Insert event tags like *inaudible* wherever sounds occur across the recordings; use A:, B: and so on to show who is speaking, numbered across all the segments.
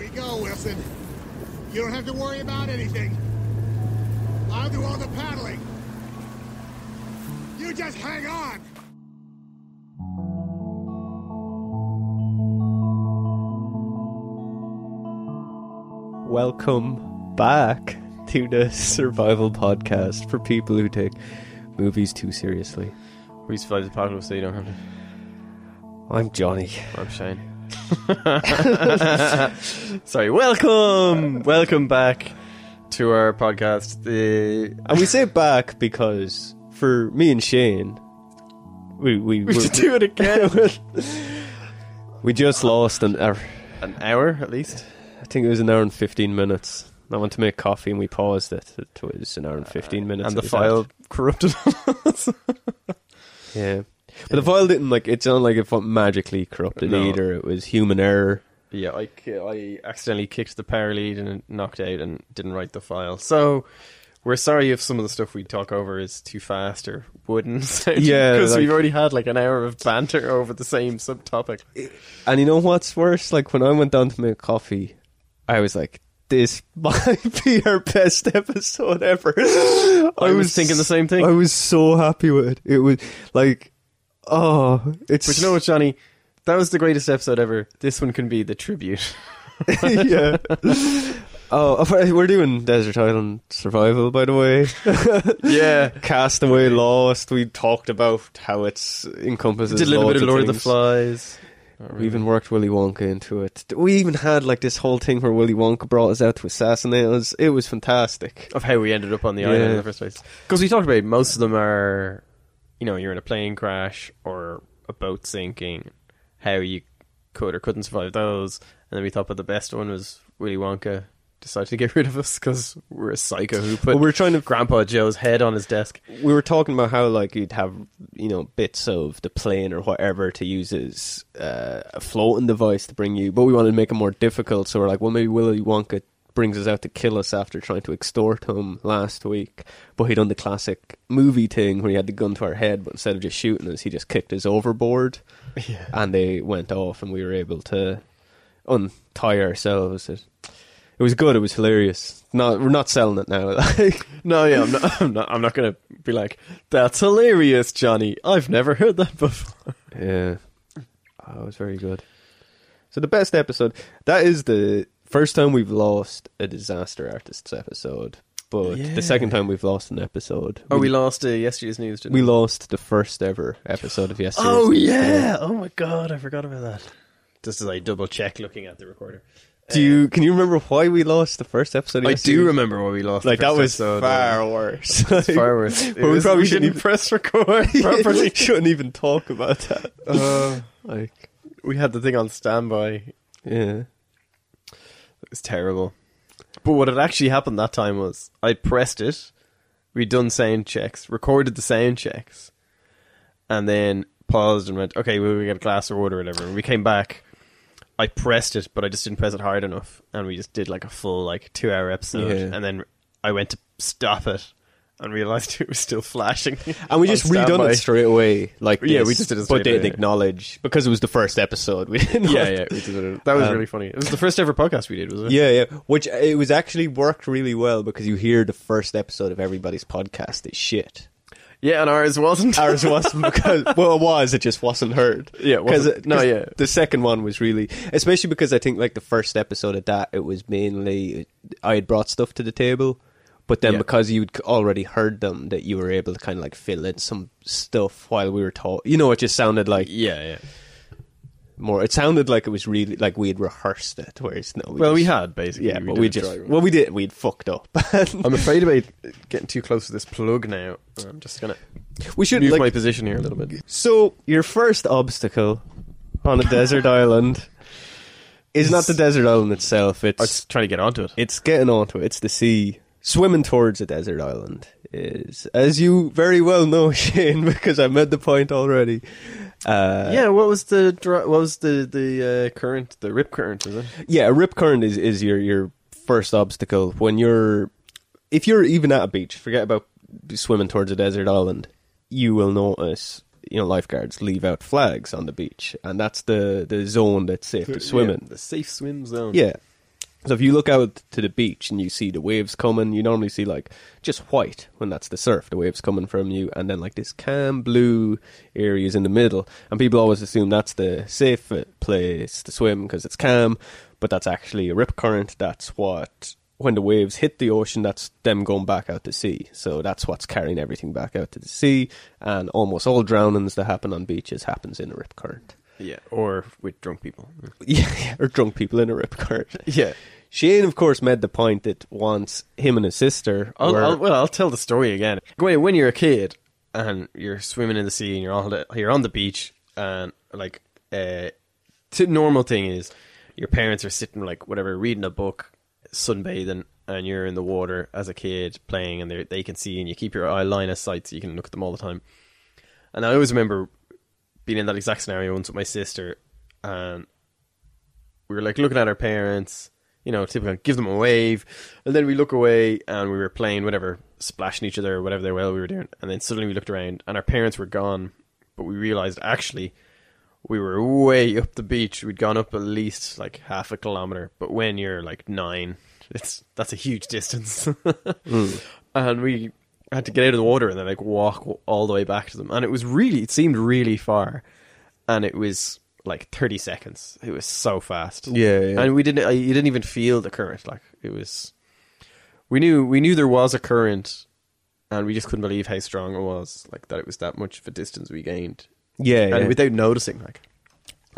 A: to go, Wilson. You don't have to worry about anything. I'll do all the paddling. You just hang on.
B: Welcome back to the Survival Podcast for people who take movies too seriously.
C: We survived the apocalypse, so you don't have to.
B: I'm Johnny.
C: I'm Shane. *laughs* Sorry. Welcome, welcome back to our podcast. Uh, The
B: And we say back because for me and Shane, we we,
C: we
B: we're-
C: should do it again.
B: *laughs* we just lost an hour.
C: An hour at least.
B: I think it was an hour and 15 minutes. I went to make coffee and we paused it. It was an hour and 15 minutes.
C: and
B: It
C: the
B: was
C: file
B: out.
C: *laughs* corrupted.
B: Yeah. But the file didn't like, it's not like it fu- magically corrupted
C: No.
B: either. It was human error.
C: yeah, I, ki- I accidentally kicked the power lead and it knocked out and didn't write the file. So we're sorry if some of the stuff we talk over is too fast or wooden. *laughs*
B: Yeah,
C: because
B: like-
C: we've already had like an hour of banter over the same subtopic.
B: And you know what's worse? Like when I went down to make coffee, I was like, this *laughs* might be our best episode ever. *gasps* I,
C: was thinking the same thing.
B: I was so happy with it. It was like, oh, it's
C: But you know what, Johnny? That was the greatest episode ever. This one can be
B: *laughs*
C: the tribute.
B: yeah. *laughs* Oh, we're doing Desert Island Survival, by the *laughs* way.
C: Yeah.
B: Castaway, Lost. We talked about how it's encompasses.
C: *laughs* Did a little
B: loads
C: bit of Lord of the
B: things.
C: Flies.
B: We even worked Willy Wonka into it. We even had like this whole thing where Willy Wonka brought us out to assassinate us. It was fantastic.
C: Of how we ended up on the
B: Yeah.
C: island in the first place. Because we talked about it, most of them are, you know, you're in a plane crash or a boat sinking, how you could or couldn't survive those. And then we thought, but the best one was Willy Wonka decided to get rid of us because we're a psycho who put
B: But we're trying to.
C: Grandpa Joe's head on his desk.
B: We were talking about how like you'd have you know bits of the plane or whatever to use as uh, a floating device to bring you, but we wanted to make it more difficult. So we're like, well, maybe Willy Wonka brings us out to kill us after trying to extort him last week. But he done the classic movie thing where he had the gun to our head, but instead of just shooting us, he just kicked us overboard.
C: Yeah.
B: and they went off and we were able to untie ourselves. It, it was good. It was hilarious. Not we're not selling it now. *laughs* like.
C: No, yeah, I'm not. *laughs* I'm not. I'm not going to be like, "That's hilarious, Johnny." I've never heard that before.
B: yeah, it was very good. So the best episode that is the first time we've lost a disaster artists episode, but
C: Yeah.
B: the second time we've lost an episode.
C: Oh, we lost uh, yesterday's news. Didn't
B: we lost the first ever episode of yesterday.
C: Oh yeah. Oh my god, I forgot about that. Just as I double check, looking at the recorder. Uh,
B: Do you can you remember why we lost the first episode? of
C: I
B: yesterday?
C: do remember why we lost.
B: Like
C: the
B: that
C: first
B: was
C: episode,
B: far
C: uh,
B: worse.
C: *laughs* it's far worse.
B: *laughs*
C: It
B: But we
C: was-
B: probably
C: didn't
B: shouldn't
C: press record
B: *laughs*
C: *laughs* properly.
B: shouldn't even talk about that.
C: uh,
B: *laughs* Like,
C: we had the thing on standby. It
B: yeah.
C: was terrible. But what had actually happened that time was I pressed it. We'd done sound checks, recorded the sound checks, and then paused and went, okay, well, we got a glass of water or whatever. And we came back. I pressed it, but I just didn't press it hard enough, and we just did like a full like two hour episode.
B: Yeah.
C: And then I went to stop it and realized *laughs* it was still flashing.
B: And we
C: on
B: just redone
C: standby.
B: it
C: *laughs*
B: straight away. Like,
C: Yeah,
B: this,
C: we just did it
B: But
C: straight
B: didn't
C: away.
B: acknowledge because it was the first episode. We *laughs* didn't.
C: Yeah, yeah, we did it. That was
B: Um,
C: really funny. It was the first ever podcast we did, was it?
B: Yeah, yeah. Which uh, it was actually worked really well because you hear the first episode of everybody's podcast is shit.
C: yeah, and ours wasn't. *laughs*
B: Ours wasn't *laughs* because well, it was. It just wasn't heard.
C: Yeah, it wasn't.
B: 'Cause-
C: No,
B: 'cause
C: yeah.
B: The second one was really, especially because I think like the first episode of that, it was mainly uh, I had brought stuff to the table, but then
C: Yeah.
B: because you'd c- already heard them, that you were able to kind of like fill in some stuff while we were talking. You know, it just sounded like
C: yeah, yeah.
B: more. It sounded like it was really like we had rehearsed it, whereas no.
C: Well, we
B: just-
C: had basically.
B: Yeah, but we
C: did a dry
B: just
C: run.
B: well, we did. We'd fucked up. *laughs*
C: I'm afraid about getting too close to this plug now. I'm just gonna
B: we should
C: move
B: like,
C: my position here a little bit.
B: So your first obstacle on a
C: *laughs*
B: desert island is not the desert island itself.
C: I
B: It's
C: was trying to get onto it.
B: it's getting onto it. It's the sea. Swimming towards a desert island is, as you very well know, *laughs* Shane, because I made the point already. Uh,
C: yeah, what was the dri- what was the the uh, current the rip current was it?
B: yeah, a rip current is, is your your first obstacle when you're if you're even at a beach. Forget about swimming towards a desert island. You will notice you know lifeguards leave out flags on the beach, and that's the the zone that's safe to swim in.
C: the safe swim zone.
B: Yeah. So if you look out to the beach and you see the waves coming, you normally see like just white when that's the surf, the waves coming from you, and then like this calm blue areas in the middle. And people always assume that's the safe uh, place to swim because it's calm, but that's actually a rip current. That's what when the waves hit the ocean, that's them going back out to sea. So that's what's carrying everything back out to the sea. And almost all drownings that happen on beaches happens in a rip current. *laughs*
C: Yeah, or with drunk people.
B: Yeah, or drunk people in a rip current.
C: Yeah.
B: Shane, of course, made the point that once him and his sister
C: I'll,
B: were
C: I'll, well, I'll tell the story again. When when you're a kid and you're swimming in the sea and you're on the, you're on the beach and like uh, the normal thing is your parents are sitting like whatever reading a book, sunbathing, and you're in the water as a kid playing and they they can see and you keep your eye line of sight so you can look at them all the time. And I always remember being in that exact scenario once with my sister and we were like looking at our parents, you know, typical give them a wave, and then we look away and we were playing whatever, splashing each other or whatever the hell we were doing, and then suddenly we looked around and our parents were gone, but we realized actually we were way up the beach. We'd gone up at least like half a kilometer, but when you're like nine, it's that's a huge distance, *laughs* and we had to get out of the water and then like walk all the way back to them, and it was really it seemed really far, and it was like 30 seconds it was so fast
B: Yeah, yeah.
C: and we didn't I, you didn't even feel the current like it was we knew we knew there was a current and we just couldn't believe how strong it was like that it was that much of a distance we gained
B: yeah, yeah.
C: and without noticing like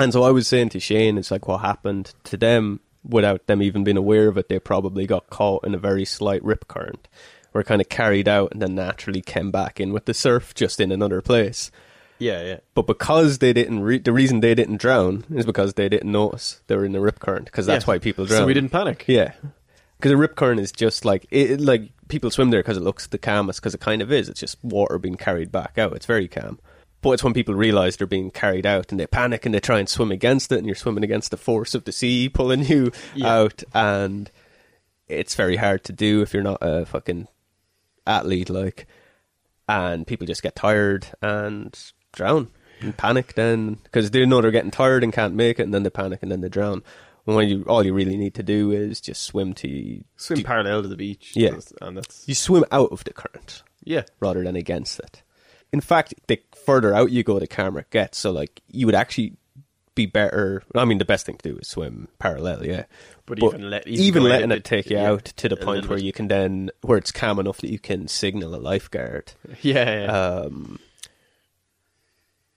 B: And so I was saying to Shane, it's like what happened to them without them even being aware of it. They probably got caught in a very slight rip current, were kind of carried out, and then naturally came back in with the surf just in another place.
C: yeah yeah
B: But because they didn't, re- the reason they didn't drown is because they didn't notice they were in the rip current. Because that's
C: Yeah.
B: why people drown.
C: so we didn't panic
B: Yeah, because a rip current is just like it, it- like people swim there because it looks the calmest because it kind of is. It's just water being carried back out. It's very calm. But it's when people realise they're being carried out and they panic and they try and swim against it, and you're swimming against the force of the sea *laughs* pulling you
C: Yeah.
B: out, and it's very hard to do if you're not a fucking athlete like. And people just get tired and drown and panic then because they know they're getting tired and can't make it, and then they panic and then they drown. And when you all you really need to do is just swim to you
C: swim parallel to the beach
B: Yeah.
C: That's- and that's
B: swim out of the current
C: yeah
B: rather than against it. In fact, the further out you go, the calmer it gets. So like you would actually be better. I mean, the best thing to do is swim parallel, yeah.
C: But even let- even
B: even
C: going
B: letting
C: a
B: it
C: bit-
B: take you
C: yeah,
B: out to the
C: a
B: point
C: little
B: where
C: bit.
B: you can then where it's calm enough that you can signal a lifeguard.
C: yeah, yeah.
B: Uh,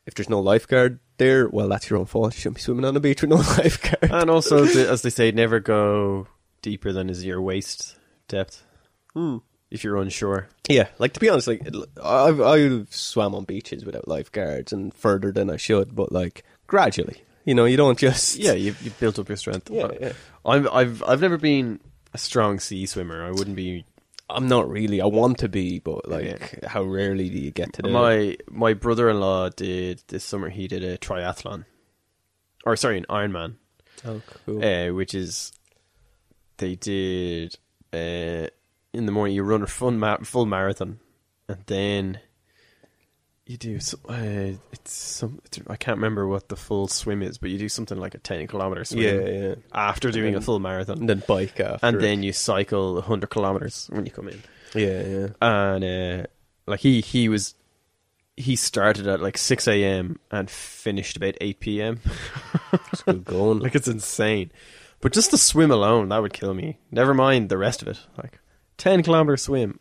B: If there's no lifeguard there, well, that's your own fault. You shouldn't be swimming on the beach with no *laughs* lifeguard.
C: and also as they, as they say never go deeper than is your waist depth
B: Hmm.
C: if you're unsure
B: Yeah, like to be honest, like it- I've I've swam on beaches without lifeguards and further than I should, but like gradually, you know, you don't just
C: yeah, you've, you've built up your strength.
B: Yeah, yeah.
C: I've, I've, I've never been a strong sea swimmer. I wouldn't be.
B: I'm not really. I want to be, but like, how rarely do you get to do it?
C: My my brother in law did this summer. He did a triathlon, or sorry, an Ironman,
B: Oh, cool.
C: uh, which is they did uh, in the morning. You run a full, ma- full marathon, and then you do. Some, uh, it's some. It's, I can't remember what the full swim is, but you do something like a ten kilometer swim.
B: Yeah, yeah.
C: After doing a
B: then-
C: full marathon,
B: and then bike after,
C: and then you cycle 100 kilometers when you come in
B: yeah, yeah,
C: and uh, like he he was he started at like 6 a.m and finished about 8 p.m
B: it's good going.
C: *laughs* like it's insane but just the swim alone that would kill me never mind the rest of it like 10 kilometer swim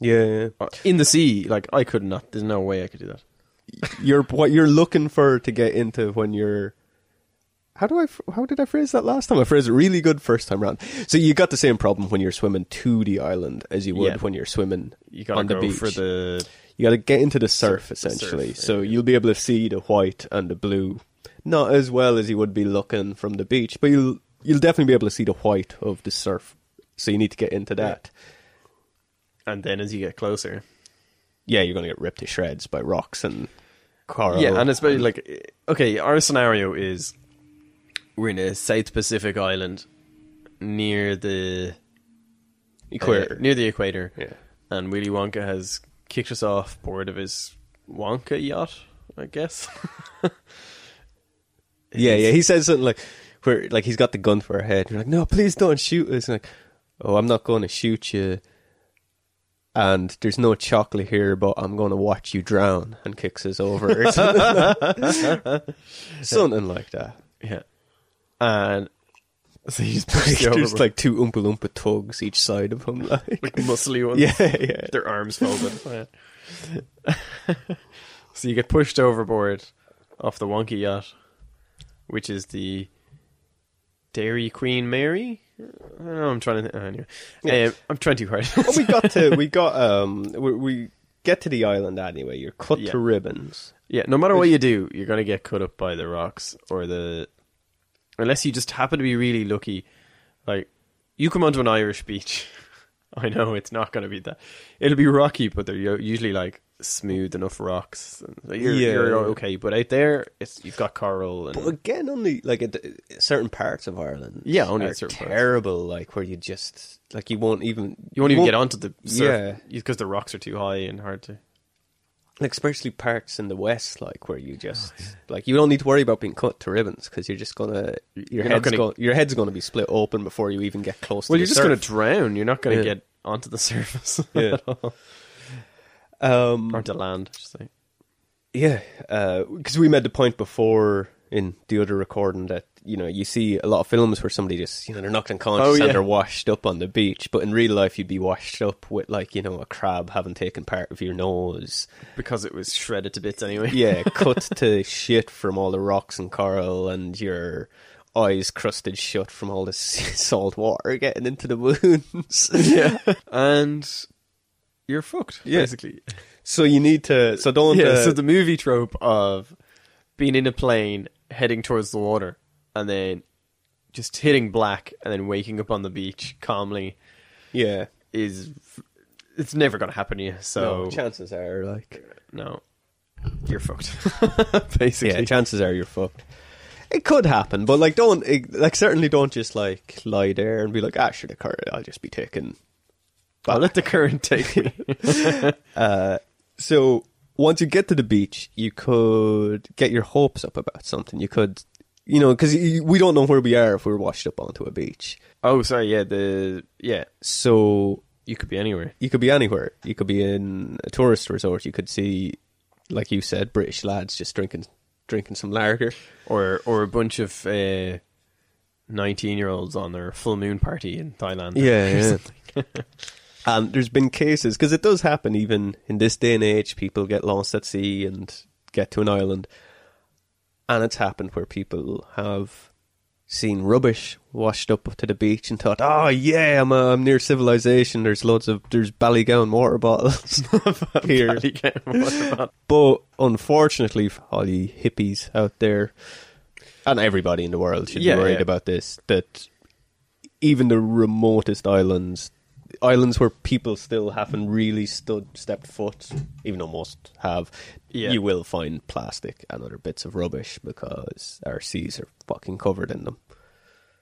B: yeah, yeah.
C: uh, in the sea like i could not there's no way i could do that
B: You're what you're looking for to get into when you're. How do I? ph- How did I phrase that last time? I phrased it really good first time round. So you got the same problem when you're swimming to the island as you would
C: Yeah.
B: when you're swimming
C: you gotta
B: on the
C: go
B: beach
C: for the
B: You got to get into the surf
C: Surf, the
B: essentially,
C: surf,
B: so you'll be able to see the white and the blue, not as well as you would be looking from the beach, but you'll you'll definitely be able to see the white of the surf. So you need to get into that.
C: and then as you get closer
B: Yeah, you're gonna get ripped to shreds by rocks and coral.
C: Yeah, and it's very like okay, our scenario is we're in a South Pacific island near the uh,
B: equator.
C: near the equator.
B: Yeah.
C: And Willy Wonka has kicked us off board of his Wonka yacht, I guess. *laughs*
B: yeah, yeah. He says something like, where like he's got the gun for her head. You're like, no, please don't shoot us. And like, oh, I'm not going to shoot you. And there's no chocolate here, but I'm going to watch you drown. And kicks us over, or something,
C: *laughs*
B: something like that.
C: Yeah. And so he's *laughs* pushed over
B: There's
C: by-
B: like two Oompa Loompa tugs each side of him. Like, *laughs*
C: *laughs* like muscly ones.
B: yeah, yeah.
C: *laughs* Their arms *laughs* folded. *laughs* so you get pushed overboard off the wonky yacht, which is the Dairy Queen Mary. I don't know, I'm trying to. Th- oh, anyway, Um, I'm trying too hard. *laughs*
B: Well, we got to we got um we, we get to the island anyway. You're cut
C: Yeah.
B: to ribbons.
C: yeah, no matter what you do, you're gonna get cut up by the rocks or the, unless you just happen to be really lucky. Like, you come onto an Irish beach. *laughs* I know it's not gonna be that. It'll be rocky, but they're u- usually like smooth enough rocks. And you're,
B: Yeah.
C: you're okay, but out there, it's you've got coral and
B: But again, only like at certain parts of Ireland.
C: Yeah, only
B: are
C: at certain parts.
B: terrible. Like where you just like you won't even
C: you won't even get onto the surf
B: Yeah.
C: because the rocks are too high and hard to.
B: Like especially parts in the west, like where you just
C: Oh,
B: like you don't need to worry about being cut to ribbons because you're just gonna your
C: You're not
B: head's
C: gonna-
B: gonna, your head's gonna be split open before you even get close.
C: Well,
B: to
C: you're
B: the
C: just
B: surf.
C: gonna drown. You're not gonna
B: Yeah.
C: get onto the *laughs* surface
B: Yeah.
C: at all.
B: Um,
C: or to land. I should say.
B: Yeah, because we made the point before in the other recording that you know you see a lot of films where somebody just you know they're knocked unconscious
C: Oh, yeah.
B: and they're washed up on the beach, but in real life you'd be washed up with like you know a crab having taken part of your nose,
C: because it was shredded to bits anyway.
B: yeah, *laughs* cut to shit from all the rocks and coral, and your eyes crusted shut from all this *laughs* salt water getting into the wounds. *laughs* Yeah,
C: and you're fucked
B: Yeah.
C: basically.
B: so you need to so don't
C: *laughs* Yeah.
B: uh,
C: so the movie trope of being in a plane heading towards the water and then just hitting black and then waking up on the beach calmly
B: yeah.
C: is it's never going to happen to you. So
B: No, chances are like
C: no. you're fucked *laughs* basically.
B: Yeah, chances are you're fucked. It could happen, but like, don't it- like certainly don't just like lie there and be like, ah, sure, the current, I'll just be taken.
C: I'll let the current take me.
B: So once you get to the beach, you could get your hopes up about something. You could, you know, because we don't know where we are if we were washed up onto a beach.
C: *laughs* oh, sorry. Yeah, the yeah,
B: So
C: you could be anywhere.
B: you could be anywhere. You could be in a tourist resort. You could see, like you said, British lads just drinking drinking some lager.
C: or or a bunch of uh, nineteen year olds on their full moon party in Thailand. *laughs*
B: Yeah, yeah. and there's been cases because it does happen even in this day and age. People get lost at sea and get to an island, and it's happened where people have seen rubbish washed up to the beach and thought, "Oh yeah, I'm, uh, I'm near civilization. There's loads of there's Ballygown water bottles *laughs* here." But unfortunately, for all you hippies out there, and everybody in the world should
C: Yeah,
B: be worried
C: yeah.
B: about this, that even the remotest islands, islands where people still haven't really stood stepped foot, even though most have,
C: Yeah.
B: you will find plastic and other bits of rubbish because our seas are fucking covered in them.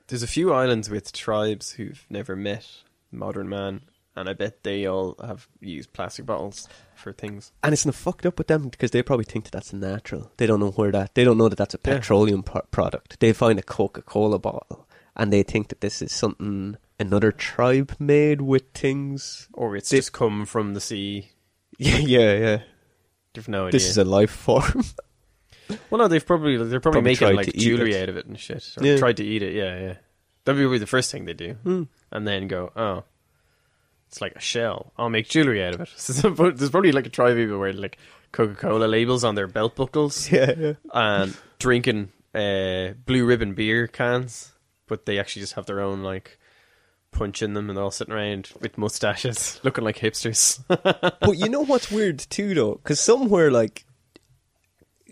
C: There's a few islands with tribes who've never met modern man, and I bet they all have used plastic bottles for things.
B: And it's not fucked up with them because they probably think that that's natural. They don't know where that. They don't know that that's a
C: Yeah.
B: petroleum pro- product. They find a Coca Cola bottle and they think that this is something another tribe made with things. *laughs*
C: Or it's
B: They-
C: just come from the sea.
B: Yeah, yeah, yeah.
C: You've no idea.
B: This is a life form. *laughs*
C: well, no, they've probably they're probably,
B: Probably
C: making
B: tried
C: like
B: to eat
C: jewelry
B: it.
C: out of it and shit. Or
B: Yeah. Hmm.
C: tried to eat it. Yeah, yeah. That'd be probably the first thing they do, and then go, oh, it's like a shell. I'll make jewelry out of it. *laughs* So there's probably like a tribe of people wearing like Coca Cola labels on their belt buckles
B: yeah, yeah.
C: and drinking uh, blue ribbon beer cans, but they actually just have their own like punch in them and they're all sitting around with mustaches, *laughs* looking like hipsters.
B: but you know what's weird too, though, because somewhere like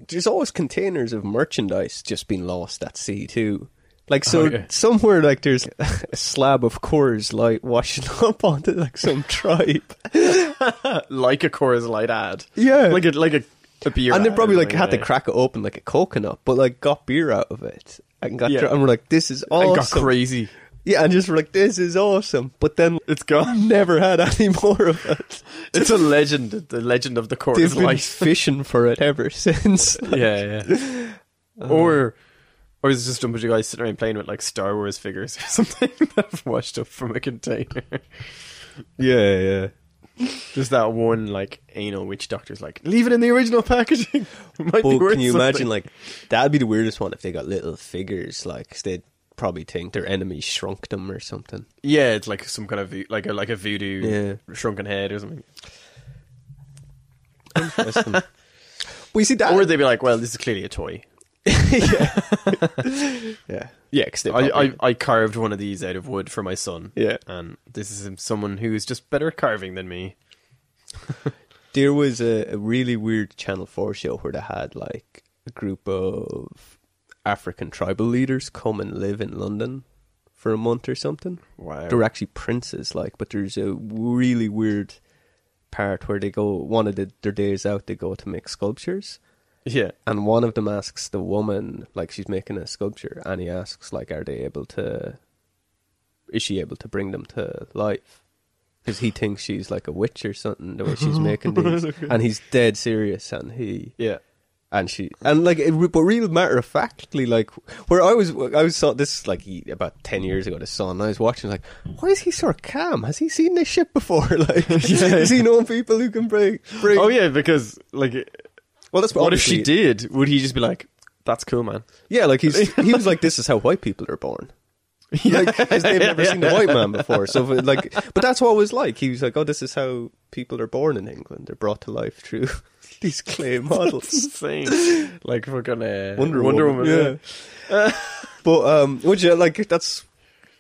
B: there's always containers of merchandise just being lost at sea too. Like so,
C: Oh, yeah.
B: somewhere like there's *laughs* a slab of Coors Light washing *laughs* up onto like some tribe.
C: like a Coors Light ad.
B: Yeah.
C: like a like a, a beer.
B: and they
C: ad
B: probably
C: or
B: like
C: something,
B: had to
C: yeah.
B: crack it open like a coconut, but like got beer out of it and got
C: Yeah.
B: dr- and we're like, this is
C: and
B: awesome.
C: got crazy.
B: Yeah, and just were like, this is awesome. But then it's gone. *laughs* Never had any more of
C: *laughs*
B: it.
C: *laughs* It's a legend. The legend of the *laughs*
B: They've
C: Coors
B: been
C: Light. *laughs*
B: fishing for it ever since.
C: Uh-huh. yeah, yeah. or Or is it just a bunch of guys sitting around playing with like Star Wars figures or *laughs* something that I've washed up from a container?
B: *laughs* Yeah, yeah.
C: Just that one like anal witch doctor's like, leave it in the original packaging. *laughs* It might be
B: But
C: worth
B: can you imagine
C: something."
B: like that'd be the weirdest one if they got little figures like 'cause they'd probably think their enemy shrunk them or something.
C: Yeah, it's like some kind of vo- like a like a voodoo
B: Yeah.
C: shrunken head or something. *laughs*
B: We see that
C: Or they'd be like, well, this is clearly a toy.
B: yeah. Yeah, cuz they
C: I, I,
B: probably-
C: I carved one of these out of wood for my son.
B: Yeah.
C: And this is someone who is just better at carving than me.
B: there was a, a really weird Channel 4 show where they had like a group of African tribal leaders come and live in London for a month or something.
C: Wow.
B: They were actually princes, like, but there's a really weird part where they go, one of the, their days out, they go to make sculptures.
C: Yeah.
B: And one of them asks the woman, like, she's making a sculpture, and he asks, like, are they able to, is she able to bring them to life? Because he thinks she's like a witch or something, the way
C: *laughs*
B: she's making these. And he's dead serious, and he,
C: Yeah.
B: and she, and like, it, but real matter of factly, like, where I was, I was saw this, like, he- about 10 years ago, the son, and I was watching, like, why is he so calm? Has he seen this shit before? *laughs*
C: *laughs*
B: Like, has he known people who can bring, bring?
C: Oh yeah, because like
B: Well, that's
C: what if she
B: obviously-
C: did? Would he just be like, That's cool,
B: *laughs*
C: man.
B: Yeah, like he's he was like, "This is how white people are born." Like 'cause they've never seen a white man before, *laughs* so if it, like, but that's what it was like. He was like, "Oh, this is how people are born in England. They're brought to life through *laughs* these clay *laughs* models."
C: Insane. like fucking uh,
B: Wonder, Woman, yeah. *laughs* but um, would you like? That's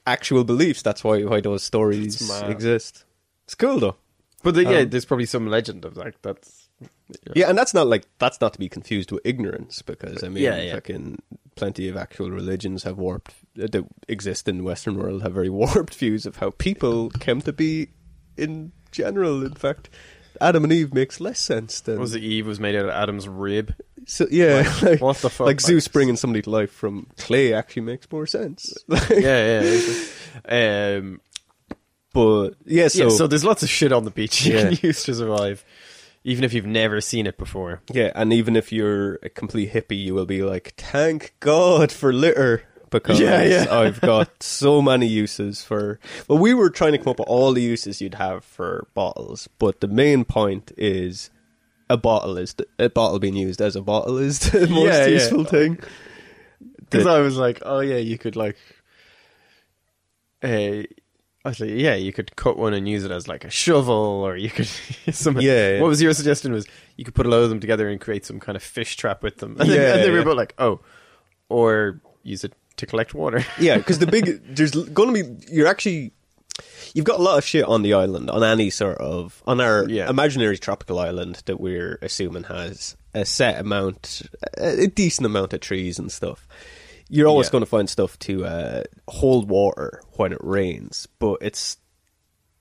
B: actual beliefs. That's why why those stories
C: That's mad.
B: exist. It's cool though.
C: But then, yeah,
B: Um,
C: there's probably some legend of like that's
B: Yeah, and that's not like that's not to be confused with ignorance because I mean,
C: Yeah, yeah.
B: fucking plenty of actual religions have warped uh, that exist in the Western world have very *laughs* warped views of how people came to be in general. In fact, Adam and Eve makes less sense than
C: was it Eve was made out of Adam's
B: *laughs*
C: rib.
B: so, yeah, like, *laughs*
C: what the fuck,
B: Like Zeus
C: like-
B: bringing somebody to life from clay actually makes more
C: *laughs*
B: sense. Like,
C: yeah, yeah. um,
B: but yeah, so
C: yeah, so there's lots of shit on the beach you
B: Yeah.
C: can use to survive, even if you've never seen it before.
B: Yeah, and even if you're a complete hippie, you will be like, "Thank God for litter." Because
C: Yeah, yeah.
B: *laughs* I've got so many uses for. Well, we were trying to come up with all the uses you'd have for bottles, but the main point is a bottle is the, a bottle being used as a bottle is *laughs* the most
C: Yeah, yeah.
B: useful thing.
C: Because
B: The-
C: I was like, oh yeah, you could like, uh, I was like, yeah, you could cut one and use it as like a shovel, or you could *laughs* some.
B: Yeah, yeah.
C: What was your suggestion? Was you could put a lot of them together and create some kind of fish trap with them? *laughs* And then,
B: Yeah,
C: and then we were
B: yeah.
C: both like, oh, or use it to collect water. *laughs*
B: yeah, because the big there's going to be you're actually you've got a lot of shit on the island on any sort of on our
C: Yeah.
B: imaginary tropical island that we're assuming has a set amount, a a decent amount of trees and stuff. You're always
C: Yeah.
B: going to find stuff to uh, hold water when it rains, but it's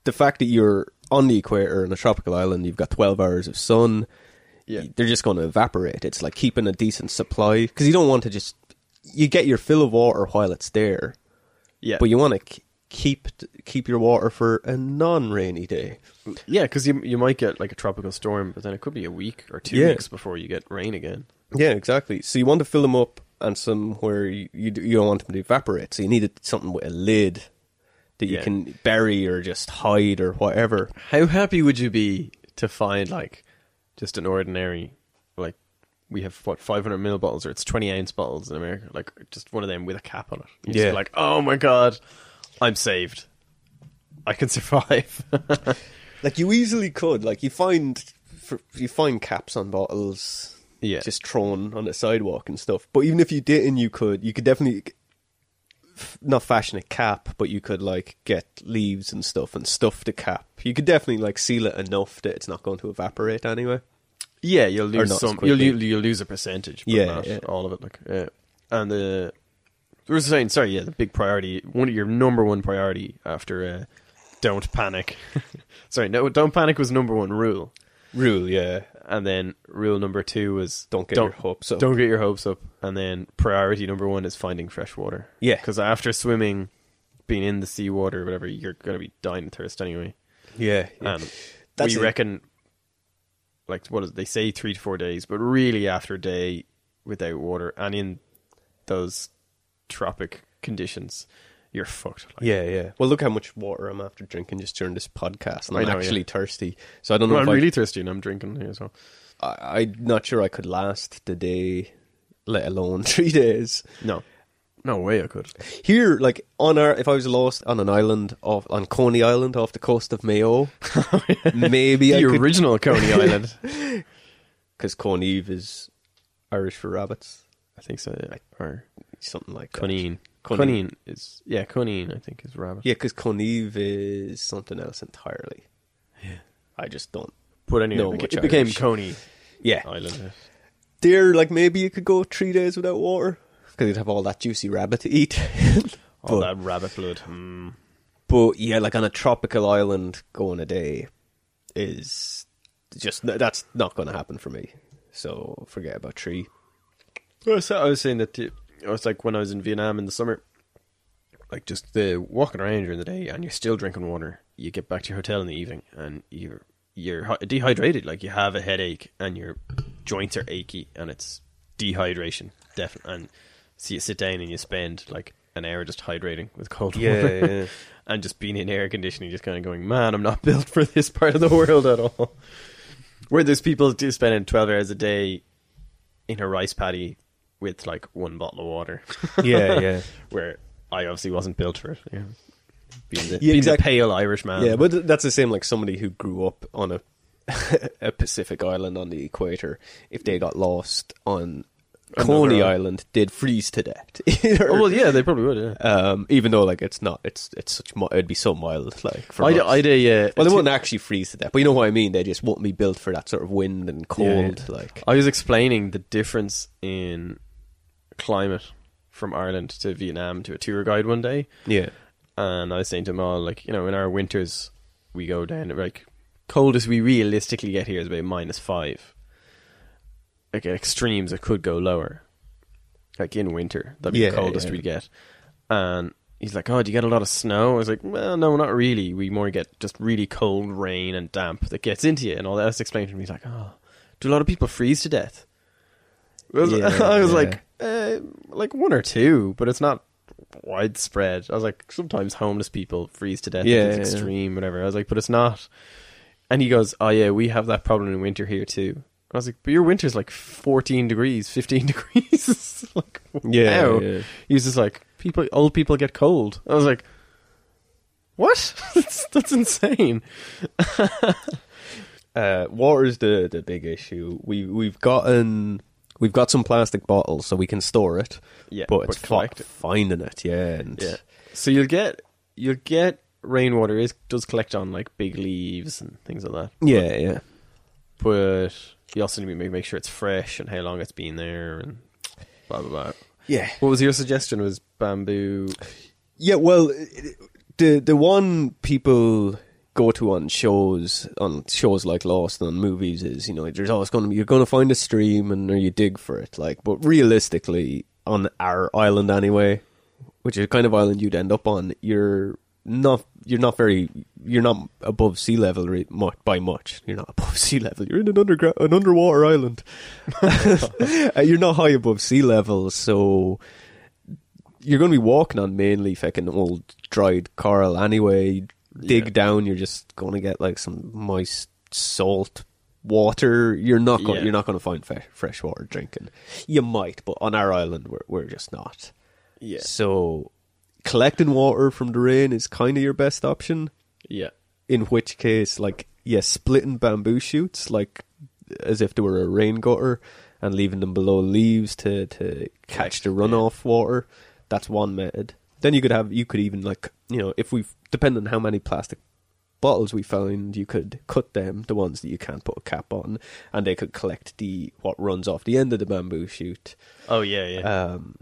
B: the fact that you're on the equator on a tropical island, you've got 12 hours of sun.
C: Yeah.
B: They're just going to evaporate. It's like keeping a decent supply because you don't want to just you get your fill of water while it's there,
C: yeah,
B: but you want to keep keep your water for a non-rainy day.
C: yeah, because you you might get like a tropical storm, but then it could be a week or two
B: Yeah.
C: weeks before you get rain again.
B: Yeah, exactly. So you want to fill them up and somewhere you you, d- you don't want them to evaporate. So you need something with a lid that you
C: Yeah.
B: can bury or just hide or whatever.
C: How happy would you be to find like just an ordinary like we have what 500 ml bottles or it's 20 ounce bottles in America like just one of them with a cap on it. You'd just
B: Yeah.
C: be like oh my god, I'm saved. I can *laughs* survive.
B: Like you easily could. Like you find for, you find caps on bottles,
C: Yeah.
B: just thrown on the sidewalk and stuff. But even if you didn't, you could. You could definitely f- not fashion a cap, but you could like get leaves and stuff and stuff the cap. You could definitely like seal it enough that it's not going to evaporate anyway.
C: yeah, you'll
B: Or
C: lose
B: not as
C: some you'll,
B: quickly.
C: you'll you'll lose a percentage but
B: Yeah,
C: not
B: yeah.
C: all of it like yeah. And the we were saying sorry yeah, the big priority one of your number one priority after uh, don't panic. *laughs* sorry, no don't panic was number one rule.
B: Rule, yeah.
C: and then rule number two was
B: Don't get your hopes up.
C: Don't get your hopes up, and then priority number one is finding fresh water.
B: Yeah.
C: because after swimming, being in the sea water, or whatever, you're gonna be dying of thirst anyway.
B: Yeah. yeah.
C: And
B: That's
C: we
B: it.
C: reckon, like, what is they say three to four days, but really after a day without water and in those tropic conditions, you're fucked. Like,
B: Yeah, yeah. Well, look how much water I'm after drinking just during this podcast, and
C: I
B: I'm
C: know,
B: actually
C: yeah.
B: thirsty. So I don't know
C: well,
B: if
C: I'm
B: I,
C: really thirsty and I'm drinking here as well.
B: I, I'm not sure I could last the day, let alone *laughs* three days.
C: No, no way I could.
B: Here, like on our, if I was lost on an island off on Coney Island off the coast of
C: *laughs*
B: Mayo, maybe
C: The
B: I could *laughs*
C: original Coney Island.
B: because Coneve is Irish for rabbits,
C: I think so. Yeah. Or
B: something like
C: Coneen.
B: Coneen.
C: Coneen is yeah. Coneen I think is rabbit.
B: That. Yeah, because Coneve is something else entirely. Yeah, I just don't.
C: But anyway,
B: No,
C: it,
B: much
C: beca- it became
B: Irish.
C: Coney
B: Yeah,
C: Island.
B: there, like maybe you could go three days without water because you'd have all that juicy rabbit to eat. *laughs*
C: All
B: But-
C: that rabbit blood. Hmm.
B: But yeah, like on a tropical island, going a day is just that's not going to happen for me. So forget about
C: *laughs*
B: tree.
C: I was, I was saying that the, I was like when I was in Vietnam in the summer, like just the walking around during the day and you're still drinking water. You get back to your hotel in the evening and you're you're hy- dehydrated. Like you have a headache and your joints are achy and it's dehydration. Definitely. And so you sit down and you spend like an hour just hydrating with cold
B: Yeah,
C: water.
B: yeah, yeah.
C: *laughs* and just being in air conditioning, just kind of going, man, I'm not *laughs* built for this part of the world at all. Where there's people do spending 12 hours a day in a rice paddy with like one bottle of water. *laughs*
B: Yeah, yeah.
C: Where I obviously wasn't built for it. Yeah. Being the,
B: Yeah,
C: being
B: exact-
C: the pale Irish
B: *laughs*
C: man.
B: yeah, but that's the same like somebody who grew up on a *laughs* a Pacific island on the equator. If they got lost on Coney
C: Another- uh,
B: Island, they'd freeze to death. *laughs* Either.
C: Oh, well, yeah, they probably would. *laughs* Yeah.
B: um, even though like it's not, it's it's such mi- it'd be so mild. Like for
C: I'd,
B: us.
C: I'd a, uh,
B: well,
C: a
B: they
C: two-
B: wouldn't actually freeze to death, but you know what I mean. They just wouldn't be built for that sort of wind and cold.
C: Yeah, yeah.
B: Like
C: I was explaining the difference in climate from Ireland to Vietnam to a tour guide one day.
B: yeah.
C: and I was saying to them all, like, you know, in our winters, we go down, like, coldest we realistically get here is about minus five. Like, at extremes, it could go lower. Like, in winter, that'd be
B: Yeah,
C: the coldest
B: yeah.
C: we'd get. And he's like, oh, do you get a lot of snow? I was like, well, no, not really. We more get just really cold rain and damp that gets into you and all that. I was explaining to him, he's like, oh, do a lot of people freeze to death? I was, *laughs*
B: Yeah,
C: I was
B: yeah.
C: like, uh, like one or two, but it's not widespread. I was like, sometimes homeless people freeze to death.
B: Yeah,
C: Yeah, it's
B: yeah, yeah.
C: extreme, whatever. I was like, but it's not. And he goes, oh yeah, we have that problem in winter here too. And I was like, but your winter's like 14 degrees, 15 *laughs* degrees. It's like,
B: Yeah,
C: wow.
B: yeah.
C: He was just like, people, old people get cold. I was like, what? *laughs* that's, that's insane.
B: uh, water's the the big issue. We we've gotten we've got some plastic bottles, so we can store it.
C: Yeah,
B: but it's
C: but
B: fi-
C: collect it.
B: finding it. Yeah, and
C: Yeah. So you'll get you'll get rainwater is does collect on like big leaves and things like that.
B: yeah, yeah.
C: But you also need to make sure it's fresh and how long it's been there and blah blah blah.
B: Yeah.
C: What was your suggestion? Was bamboo?
B: Yeah, well, it- the the one people go to on shows on shows like Lost and on movies is you know there's always going to be you're going to find a stream and or you dig for it like but realistically on our island anyway, which is the kind of island you'd end up on, you're not you're not very you're not above sea level re- mu- by much. You're not above *laughs* sea level. You're in an underground an underwater island. *laughs* Uh, you're not high above sea level, so you're going to be walking on mainly fucking old dried coral anyway. Dig down, you're just going to get like some moist salt water. You're not going.
C: Yeah.
B: You're not going to find fe- fresh water drinking. You might, but on our island, we're we're just not.
C: Yeah.
B: So collecting water from the rain is kind of your best option.
C: Yeah.
B: In which case, like yeah, splitting bamboo shoots like as if they were a rain gutter and leaving them below leaves to to catch the runoff water. That's one method. Then you could have you could even like you know if we depending on how many plastic bottles we found, you could cut them the ones that you can't put a cap on, and they could collect the what runs off the end of the bamboo shoot.
C: Oh yeah yeah.
B: Um,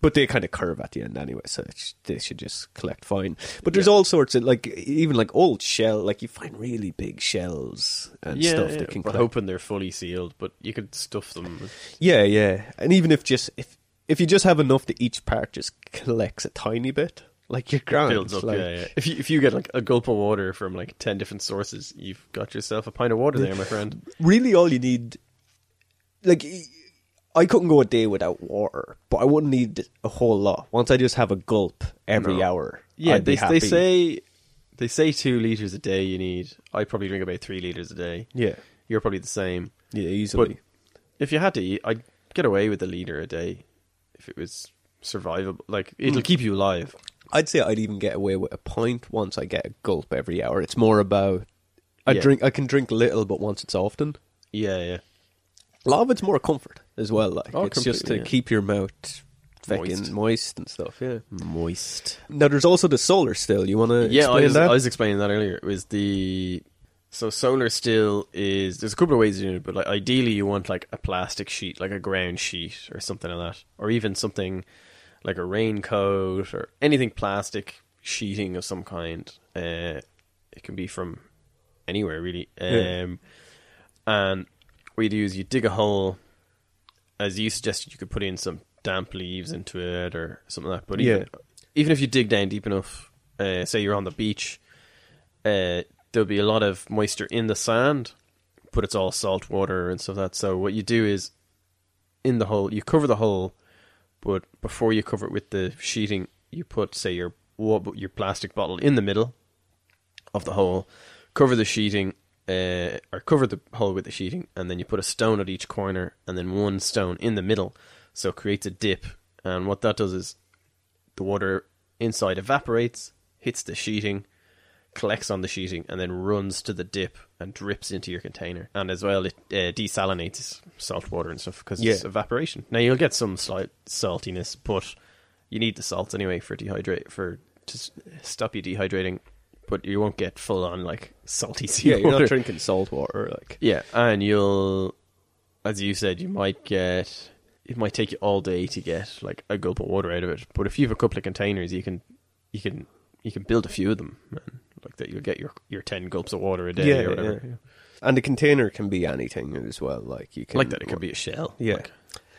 B: but they kind of curve at the end anyway, so it sh- they should just collect fine. But there's
C: Yeah.
B: all sorts of like even like old shell, like you find really big shells and
C: yeah,
B: stuff
C: yeah.
B: that can
C: We're
B: collect.
C: hoping they're fully sealed, but you could stuff them. with-
B: Yeah, yeah, and even if just if if you just have enough that each part just collects a tiny bit, like you're grand.
C: Builds up,
B: like,
C: yeah, yeah. If you if you get like a gulp of water from like ten different sources, you've got yourself a pint of water there, my friend.
B: really all you need like y- I couldn't go a day without water, but I wouldn't need a whole lot. Once I just have a gulp every
C: No.
B: hour,
C: *laughs* Yeah,
B: I'd
C: they,
B: be
C: they
B: happy.
C: say they say two liters a day you need. I probably drink about three liters a day.
B: yeah,
C: You're probably the same.
B: yeah,
C: But
B: easily.
C: if you had to eat, I'd get away with a liter a day if it was survivable. Like
B: Hmm.
C: it'll keep you alive.
B: I'd say I'd even get away with a pint once I get a gulp every hour. It's more about I
C: Yeah.
B: drink. I can drink little, but once it's often,
C: Yeah, yeah.
B: a lot of it's more comfort as well. Like
C: Oh,
B: it's just to
C: completely, yeah.
B: keep your mouth fucking
C: Moist.
B: moist. and stuff. Yeah.
C: Moist.
B: Now there's also the solar still. You want to
C: Yeah,
B: explain
C: I was,
B: that? *laughs*
C: I was explaining that earlier. It was the so solar still is. There's a couple of ways to do it, but like ideally you want like a plastic sheet, like a ground sheet or something like that, or even something like a raincoat or anything plastic sheeting of some kind. Uh, it can be from anywhere really. Um,
B: Yeah.
C: And what you do is you dig a hole. As you suggested, you could put in some damp leaves into it or something like that. But even,
B: Yeah.
C: even if you dig down deep enough, uh, say you're on the beach, uh, there'll be a lot of moisture in the sand, but it's all salt water and stuff like that. So what you do is in the hole, you cover the hole, but before you cover it with the sheeting, you put say your wa- your plastic bottle in the middle of the hole, cover the sheeting, uh, or cover the hole with the sheeting, and then you put a stone at each corner, and then one stone in the middle, so it creates a dip. And what that does is the water inside evaporates, hits the sheeting, collects on the sheeting, and then runs to the dip and drips into your container. And as well, it uh, desalinates salt water and stuff because it's
B: Yeah.
C: evaporation. Now you'll get some slight saltiness, but you need the salt anyway for dehydrate for to s- stop you dehydrating. But you won't get full on like salty sea
B: yeah, you're
C: water.
B: not drinking salt water. Like
C: Yeah, and you'll, as you said, you might get. It might take you all day to get like a gulp of water out of it, but if you have a couple of containers, you can, you can, you can build a few of them, man. Like that, you'll get your your ten gulps of water a day
B: Yeah,
C: or whatever.
B: yeah. and the container can be anything as well. Like you can
C: Like that, it could be a shell.
B: Yeah.
C: like-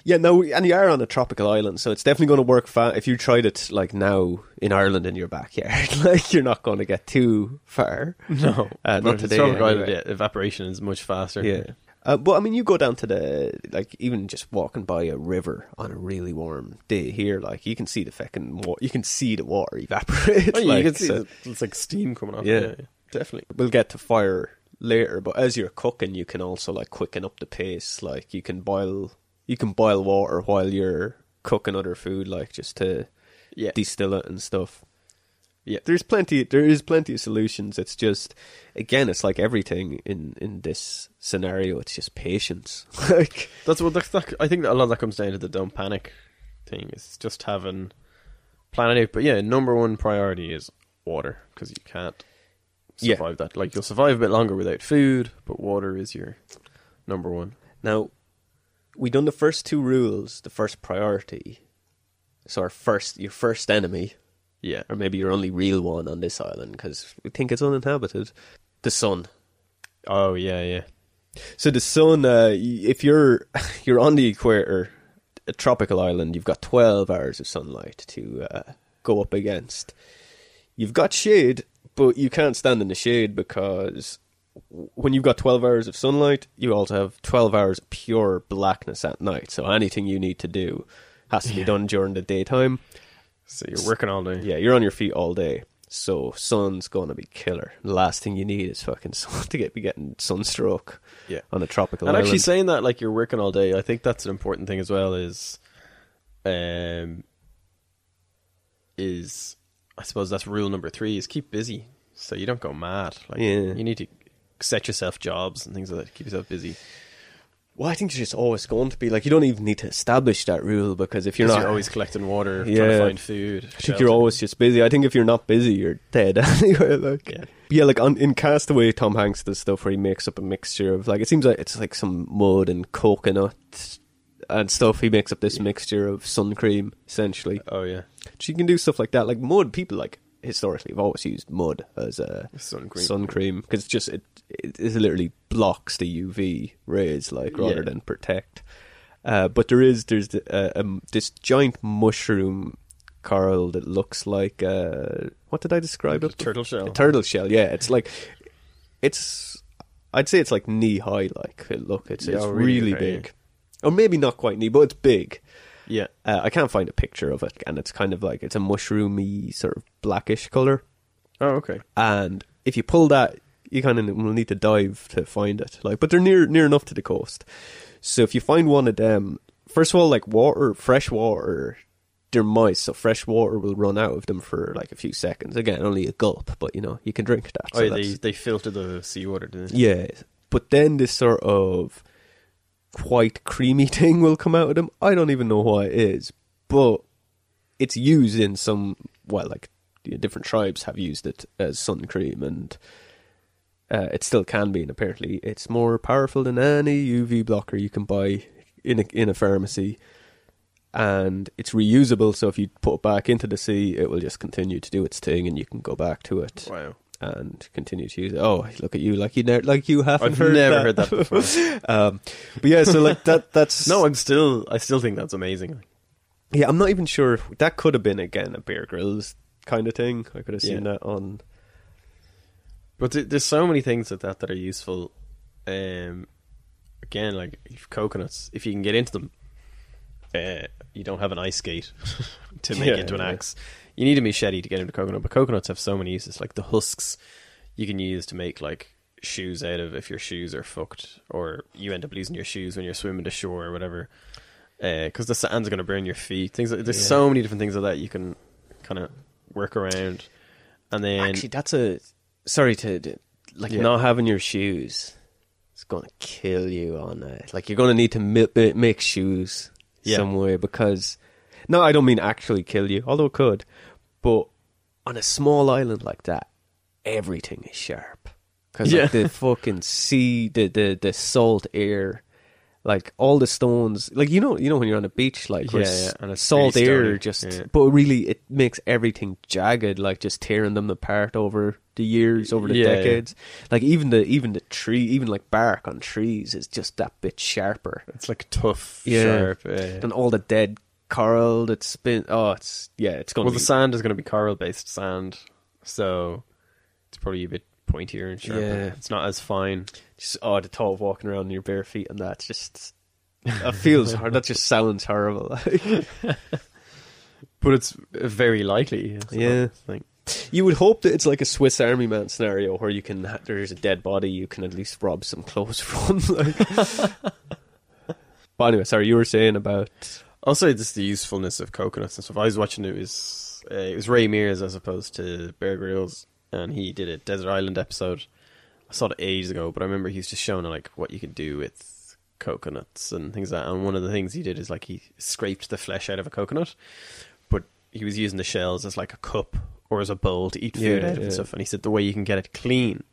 B: yeah, no, and you are on a tropical island, so it's definitely going to work fine. If you tried it like now in Ireland in your backyard, *laughs* like you're not going to get too far.
C: no,
B: Uh,
C: but
B: not
C: if it's
B: today,
C: tropical island,
B: anyway.
C: yeah, evaporation is much faster.
B: Yeah. Uh, but I mean, you go down to the like even just walking by a river on a really warm day here, like you can see the fucking wa- you can see the water evaporate. *laughs*
C: Oh, yeah,
B: like,
C: you can see
B: so-
C: the- it's like steam coming off.
B: Yeah.
C: definitely.
B: we'll get to fire later but as you're cooking you can also like quicken up the pace like you can boil you can boil water while you're cooking other food like just to
C: Yeah.
B: distill it and stuff
C: Yeah.
B: there's plenty there is plenty of solutions it's just again it's like everything in in this scenario it's just patience *laughs* like
C: That's what that's, that, I think that a lot of that comes down to the don't panic thing. It's just having planning out. But yeah, number one priority is water because you can't
B: Yeah.
C: survive that. Like you'll survive a bit longer without food, but water is your number one.
B: Now, we done the first two rules, the first priority. So our first, your first enemy,
C: Yeah,
B: or maybe your only real one on this island, because we think it's uninhabited, the sun.
C: Oh yeah, yeah.
B: So the sun, uh, y- if you're *laughs* you're on the equator, a tropical island, you've got twelve hours of sunlight to uh, go up against. You've got shade, but you can't stand in the shade because w- when you've got twelve hours of sunlight, you also have twelve hours of pure blackness at night. So anything you need to do has to be done during the daytime.
C: So you're working all day.
B: Yeah, you're on your feet all day. So sun's gonna be killer. The last thing you need is fucking *laughs* sun to get be getting sunstroke.
C: Yeah.
B: on a tropical
C: and
B: island.
C: actually saying that like you're working all day, I think that's an important thing as well. Is, um, is I suppose that's rule number three is keep busy so you don't go mad. Like
B: Yeah.
C: you need to set yourself jobs and things like that. to Keep yourself busy.
B: Well, I think it's just always going to be like you don't even need to establish that rule because if you're
C: 'Cause
B: not,
C: You're always collecting water, trying to
B: Yeah.
C: find food.
B: *laughs* I think you're always just busy. I think if you're not busy, you're dead *laughs* anyway. Like,
C: Yeah.
B: yeah, like on, in Castaway, Tom Hanks does stuff where he makes up a mixture of like it seems like it's like some mud and coconut and stuff. He makes up this mixture of sun cream essentially.
C: Oh yeah,
B: So you can do stuff like that, like mud. People like historically have always used mud as a
C: Sun cream.
B: sun cream because just it, it it literally blocks the UV rays, like rather
C: Yeah.
B: than protect. Uh, but there is there's the, uh, um, this giant mushroom coral that looks like uh, what did I describe it?
C: turtle shell.
B: A turtle shell. Yeah, it's like it's. I'd say it's like knee high. Like it look, it's
C: Yeah,
B: it's
C: really,
B: really
C: okay.
B: big. or maybe not quite knee, but it's big.
C: Yeah.
B: Uh, I can't find a picture of it, and it's kind of like it's a mushroomy sort of blackish color.
C: Oh, okay.
B: And if you pull that, you kind of will need to dive to find it. Like, but they're near near enough to the coast. So if you find one of them, first of all, like water, fresh water, they're mice, so fresh water will run out of them for like a few seconds. Again, only a gulp, but you know you can drink that. So
C: Oh, yeah,
B: that's-
C: they they filter the seawater, do they?
B: yeah, but then this sort of white creamy *laughs* thing will come out of them. I don't even know why it is, but it's used in some well, like you know, different tribes have used it as sun cream, and uh, it still can be. And apparently, it's more powerful than any UV blocker you can buy in a, in a pharmacy. And it's reusable, so if you put it back into the sea, it will just continue to do its thing, and you can go back to it
C: Wow.
B: and continue to use it. Oh, look at you, like you, ne- like you haven't
C: I've
B: heard
C: never
B: that.
C: *laughs* heard that before.
B: Um, but yeah, so like that, that's
C: *laughs* no, I'm still I still think that's amazing.
B: yeah, I'm not even sure if that could have been again a Bear Grylls kind of thing. I could have seen
C: Yeah.
B: that on.
C: But th- there's so many things like that that are useful. Um, again, like if coconuts, if you can get into them, uh, you don't have an ice skate *laughs* to make
B: Yeah,
C: into an
B: yeah.
C: axe. You need a machete to get into coconut, but coconuts have so many uses. Like the husks, you can use to make like shoes out of if your shoes are fucked, or you end up losing your shoes when you're swimming to shore or whatever. Because the sand's going to burn your feet. Things like, there's so many different things like that you can kind of work around. And then
B: Actually, that's a sorry to d- like
C: Yeah.
B: not having your shoes. It's gonna kill you on it. Like you're gonna need to mi- mi- make shoes
C: Yeah.
B: some way because no, I don't mean actually kill you, although it could. But on a small island like that, everything is sharp because
C: Yeah.
B: like,
C: *laughs*
B: the fucking sea, the, the the salt air. Like all the stones, like you know, you know when you're on a beach, like where
C: Yeah,
B: s-
C: yeah, and it's
B: salt
C: pretty
B: air
C: stony.
B: just
C: Yeah.
B: but really it makes everything jagged like just tearing them apart over the years over the
C: Yeah, yeah.
B: decades like even the even the tree even like bark on trees is just that bit sharper
C: It's like tough,
B: Yeah.
C: sharp. eh.
B: and all the dead coral that's been oh it's yeah it's going
C: well,
B: to
C: the
B: be
C: sand is going to be coral based sand, so it's probably a bit pointier and sharper.
B: Yeah.
C: It's not as fine.
B: just, oh the thought of walking around in your bare feet and that's
C: *laughs*
B: just it feels hard that just sounds horrible *laughs*
C: But it's uh, very likely. is what
B: Yeah.
C: I think.
B: You would hope that it's like a Swiss Army Man scenario where you can there's a dead body you can at least rob some clothes *laughs* from. Like. but anyway, sorry, you were saying about
C: Also, just the usefulness of coconuts and stuff. I was watching it was uh, it was Ray Mears as opposed to Bear Grylls, and he did a desert island episode. I saw it ages ago, but I remember he was just showing like what you could do with coconuts and things like that. And one of the things he did is like he scraped the flesh out of a coconut, but he was using the shells as like a cup or as a bowl to eat food
B: Yeah,
C: out of
B: yeah.
C: and stuff. And he said the way you can get it clean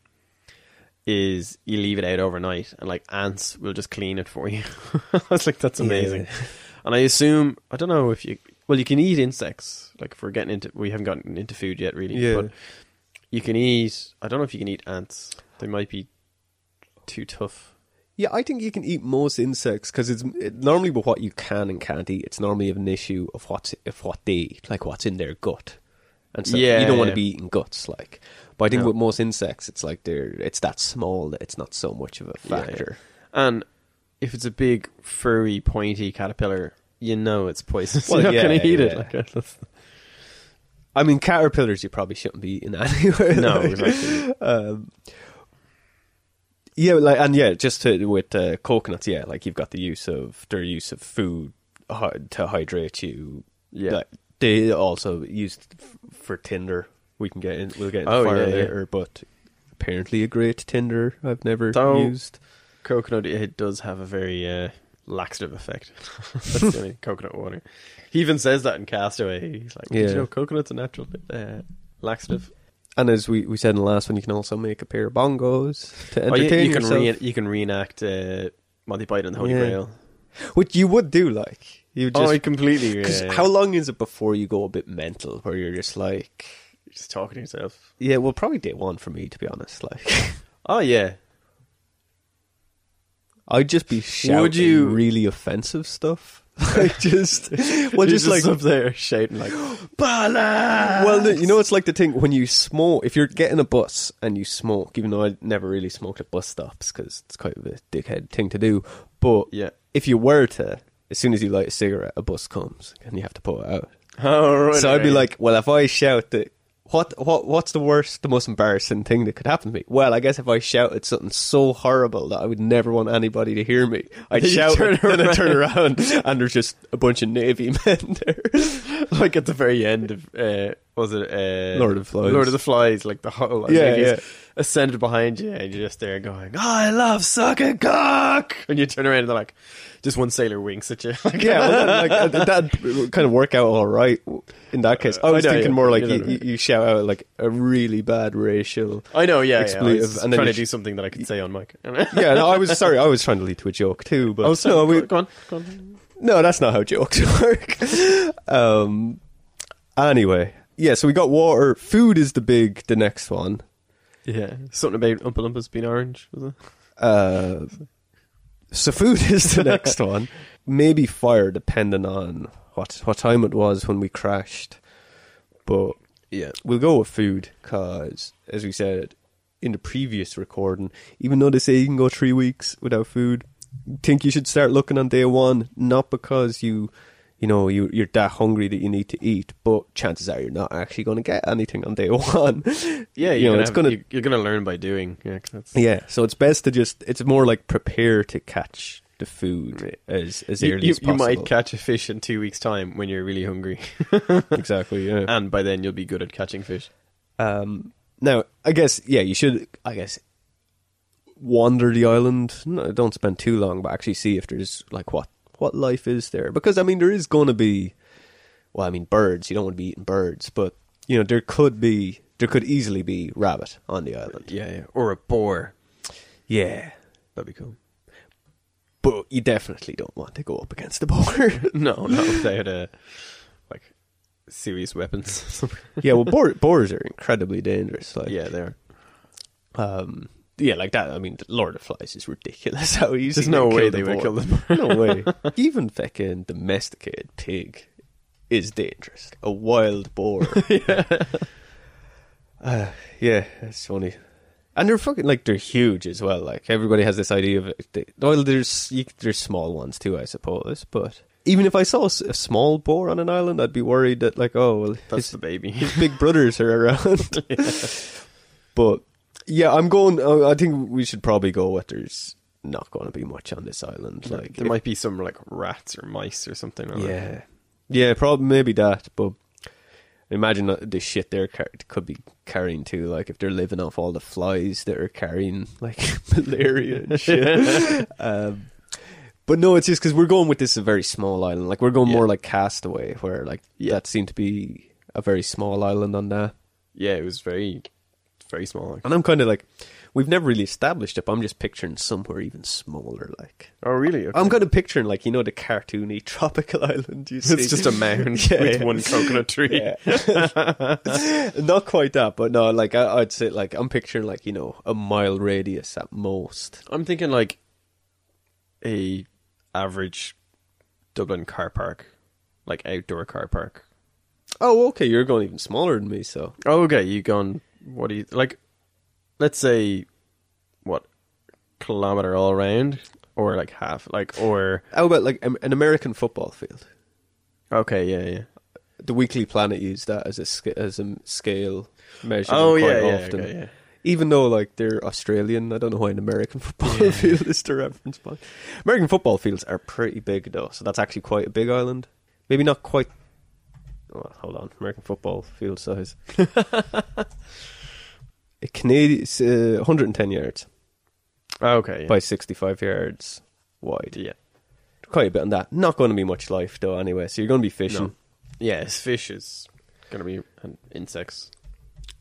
C: is you leave it out overnight and like ants will just clean it for you. *laughs* I was like, that's amazing. *laughs* And I assume I don't know if you well you can eat insects. Like if we're getting into we haven't gotten into food yet really.
B: Yeah.
C: But you can eat I don't know if you can eat ants. They might be too tough.
B: yeah, I think you can eat most insects because it's it, normally with what you can and can't eat. It's normally an issue of what's of what they eat, like what's in their gut, and so
C: Yeah,
B: you don't want
C: yeah.
B: to be eating guts. Like, but I think
C: No.
B: with most insects, it's like they're it's that small that it's not so much of a
C: Yeah, yeah.
B: factor.
C: And if it's a big furry pointy caterpillar, you know it's poisonous.
B: Well,
C: *laughs* You're not
B: yeah,
C: gonna eat
B: yeah.
C: it. Like, that's-
B: I mean, caterpillars you probably shouldn't be eating *laughs* anyway.
C: *laughs* no,
B: like.
C: exactly.
B: Yeah, like and yeah, just to, with uh, coconuts, yeah, like you've got the use of their use of food hy- to hydrate you.
C: Yeah.
B: like, they also used f- for Tinder. We can get in. We'll get into
C: Oh,
B: fire
C: yeah, yeah.
B: later, but apparently a great Tinder I've never
C: So-
B: used.
C: coconut it does have a very uh, laxative effect. *laughs* That's the only coconut water. He even says that in Castaway. He's like, Did
B: Yeah.
C: you know coconut's a natural uh, laxative?
B: And as we, we said in the last one, you can also make a pair of bongos to
C: Oh, you-
B: entertain
C: you, can
B: yourself,
C: Re- you can reenact uh, Monty Python and the Holy
B: Yeah.
C: Grail.
B: which you would do. Like you would
C: oh,
B: just
C: I completely. *laughs*
B: because
C: yeah.
B: how long is it before you go a bit mental, where you're just like,
C: You're just talking to yourself.
B: yeah, well, probably day one for me, to be honest. Like. *laughs*
C: Oh *laughs* yeah,
B: I'd just be shouting
C: Would you-
B: really offensive stuff. *laughs* like just well,
C: *laughs* You're
B: just, like
C: up there shouting like *gasps* Bala.
B: well, no, you know, it's like the thing when you smoke. If you're getting a bus and you smoke, even though I never really smoked at bus stops because it's quite a dickhead thing to do, but
C: yeah,
B: if you were to, as soon as you light a cigarette, a bus comes and you have to pull it out.
C: All right.
B: So I'd be
C: right.
B: like, well, if I shout that, what, what, what's the worst, the most embarrassing thing that could happen to me? Well, I guess if I shouted something so horrible that I would never want anybody to hear *laughs* me, I'd
C: You
B: shout
C: turn
B: it, then I turn around *laughs* and there's just a bunch of navy *laughs* men there.
C: *laughs* like at the very end of uh, was it uh,
B: Lord of the Flies.
C: Lord of the Flies, like the whole like,
B: Yeah,
C: he's
B: yeah.
C: ascended behind you, and you're just there going, "I love sucking cock," and you turn around and they're like, just one sailor winks at you. *laughs* Like,
B: yeah, well, that, like, uh, *laughs* that'd kind of work out all right in that case. Uh, I was
C: I know,
B: thinking
C: yeah.
B: more like
C: You
B: you,
C: know what I mean.
B: you shout out like a really bad racial.
C: I know, yeah, yeah. I was
B: Expletive,
C: just
B: and then
C: trying
B: you
C: to do
B: sh-
C: something that I could say on mic.
B: *laughs* Yeah, no, I was sorry. I was trying to lead to a joke too, but
C: Oh,
B: *laughs*
C: so
B: no, we-
C: go on, go on.
B: No, that's not how jokes *laughs* work. um, anyway, yeah, so we got water. Food is the big, the next one.
C: Yeah, something about Oompa Loompas being orange. Was it?
B: Uh, so food is the
C: *laughs*
B: next one. Maybe fire, depending on what what time it was when we crashed. But
C: Yeah,
B: we'll go with food, cause as we said in the previous recording, even though they say you can go three weeks without food, think you should start looking on day one. Not because you, you know, you you're that hungry that you need to eat, but chances are you're not actually going to get anything on day *laughs* one.
C: yeah. You're
B: you know,
C: gonna
B: it's
C: have-
B: gonna
C: you- you're gonna learn by doing. Yeah, 'cause that's,
B: yeah. So it's best to just it's more like prepare to catch the food
C: Yeah.
B: as as
C: you,
B: early
C: you-
B: as
C: you
B: possible. *laughs*
C: might catch a fish in two weeks' time when you're really hungry, *laughs*
B: exactly. Yeah.
C: and by then you'll be good at catching fish.
B: Um, now, I guess, yeah, you should, I guess, wander the island. No, don't spend too long, but actually see if there's like what what life is there. Because I mean, there is going to be, well, I mean, birds. You don't want to be eating birds, but you know, there could be, there could easily be rabbit on the island.
C: Yeah, yeah. or a boar.
B: Yeah,
C: That'd be cool.
B: but you definitely don't want to go up against the border. *laughs*
C: No, *laughs* not without uh, like serious *laughs* weapons.
B: yeah, well, boar, boars are incredibly dangerous. Like,
C: yeah, there.
B: um, yeah, like that. I mean, the Lord of the Flies is ridiculous. *laughs* How easy?
C: There's no
B: they
C: way
B: kill
C: they
B: the
C: would
B: boar. *laughs*
C: kill them.
B: no way. Even fucking domesticated pig is dangerous. A wild
C: *laughs*
B: boar. yeah. Uh, yeah, it's funny. And they're fucking like they're huge as well. Like everybody has this idea of they, well, there's you- there's small ones too, I suppose. But even if I saw a s- a small boar on an island, I'd be worried that like oh well,
C: That's
B: his-
C: the *laughs* baby.
B: his big brothers are
C: *laughs*
B: around. But yeah, I'm going. Uh, I think we should probably go with there's not going to be much on this island. Like
C: there might be some like rats or mice or something. I don't know.
B: yeah, yeah, probably maybe that. But imagine that the shit they're car- could be carrying too. Like if they're living off all the flies that are carrying like *laughs* malaria and
C: *laughs*
B: shit. um, but no, it's just because we're going with this very small island. Like we're going
C: Yeah.
B: more like Castaway, where like that seemed to be a very small island on that.
C: yeah. It was very, very small. Like.
B: And I'm kind of like, we've never really established it, but I'm just picturing somewhere even smaller. Like,
C: Oh really? Okay.
B: I'm kind of picturing, like, you know, the cartoony *laughs* tropical island. You see?
C: *laughs* it's just a *laughs* mound
B: Yeah,
C: with
B: yeah.
C: one coconut *laughs* tree.
B: Yeah. *laughs* Not quite that, but no, like, I, I'd say, like, I'm picturing, like, you know, a mile radius at most.
C: I'm thinking like a average Dublin car park, like outdoor car park.
B: Oh, okay, you're going even smaller than me, so.
C: Oh, okay, you gone. What do you like? Let's say what kilometer all around, or like half, like or
B: How about, like, am- an American football field?
C: okay, yeah, yeah.
B: The Weekly Planet used that as a, sca- as a scale measure
C: Oh,
B: quite
C: yeah, yeah,
B: often.
C: okay, yeah.
B: Even though like they're Australian, I don't know why an American *laughs* football field is the reference point. American football fields are pretty big though, so that's actually quite a big island. Maybe not quite. Oh, hold on, American football field
C: *laughs*
B: size. a Canadian, it's, uh, 110 yards
C: Oh, okay, yeah.
B: by 65 yards wide.
C: yeah,
B: Quite a bit on that. Not going to be much life though, anyway. So you're going to be fishing.
C: no. yeah. It's fish is gonna be and insects.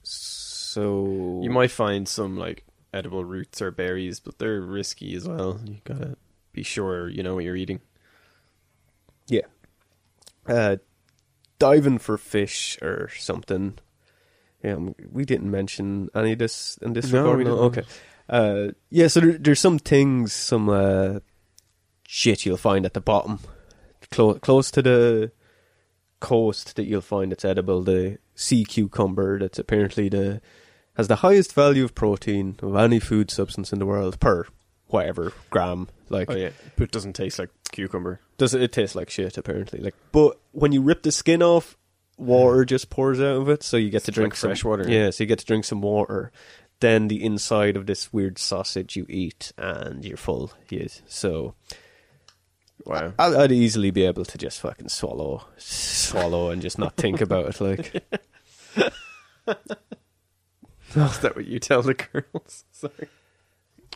B: So
C: You might find some like edible roots or berries, but they're risky as well. You gotta be sure you know what you're eating.
B: Yeah. Uh, diving for fish or something. Yeah, um, we didn't mention any of this in this
C: No,
B: recording.
C: we didn't.
B: okay. Uh, yeah, so there, there's some things, some uh, shit you'll find at the bottom, close close to the coast that you'll find it's edible. The sea cucumber that's apparently the has the highest value of protein of any food substance in the world per whatever gram. Like,
C: Oh yeah, but it doesn't taste like cucumber.
B: doesn't it taste like shit? Apparently, like, but when you rip the skin off, water just pours out of it, so you get to drink
C: like
B: some-
C: fresh water.
B: Yeah, so you get to drink some water. Then the inside of this weird sausage you eat, and you're full. Yes, so
C: *laughs* Wow.
B: I'd, I'd easily be able to just fucking swallow, swallow, and just not think about it.
C: *laughs*
B: Like,
C: Is that what you tell the girls? *laughs* Sorry.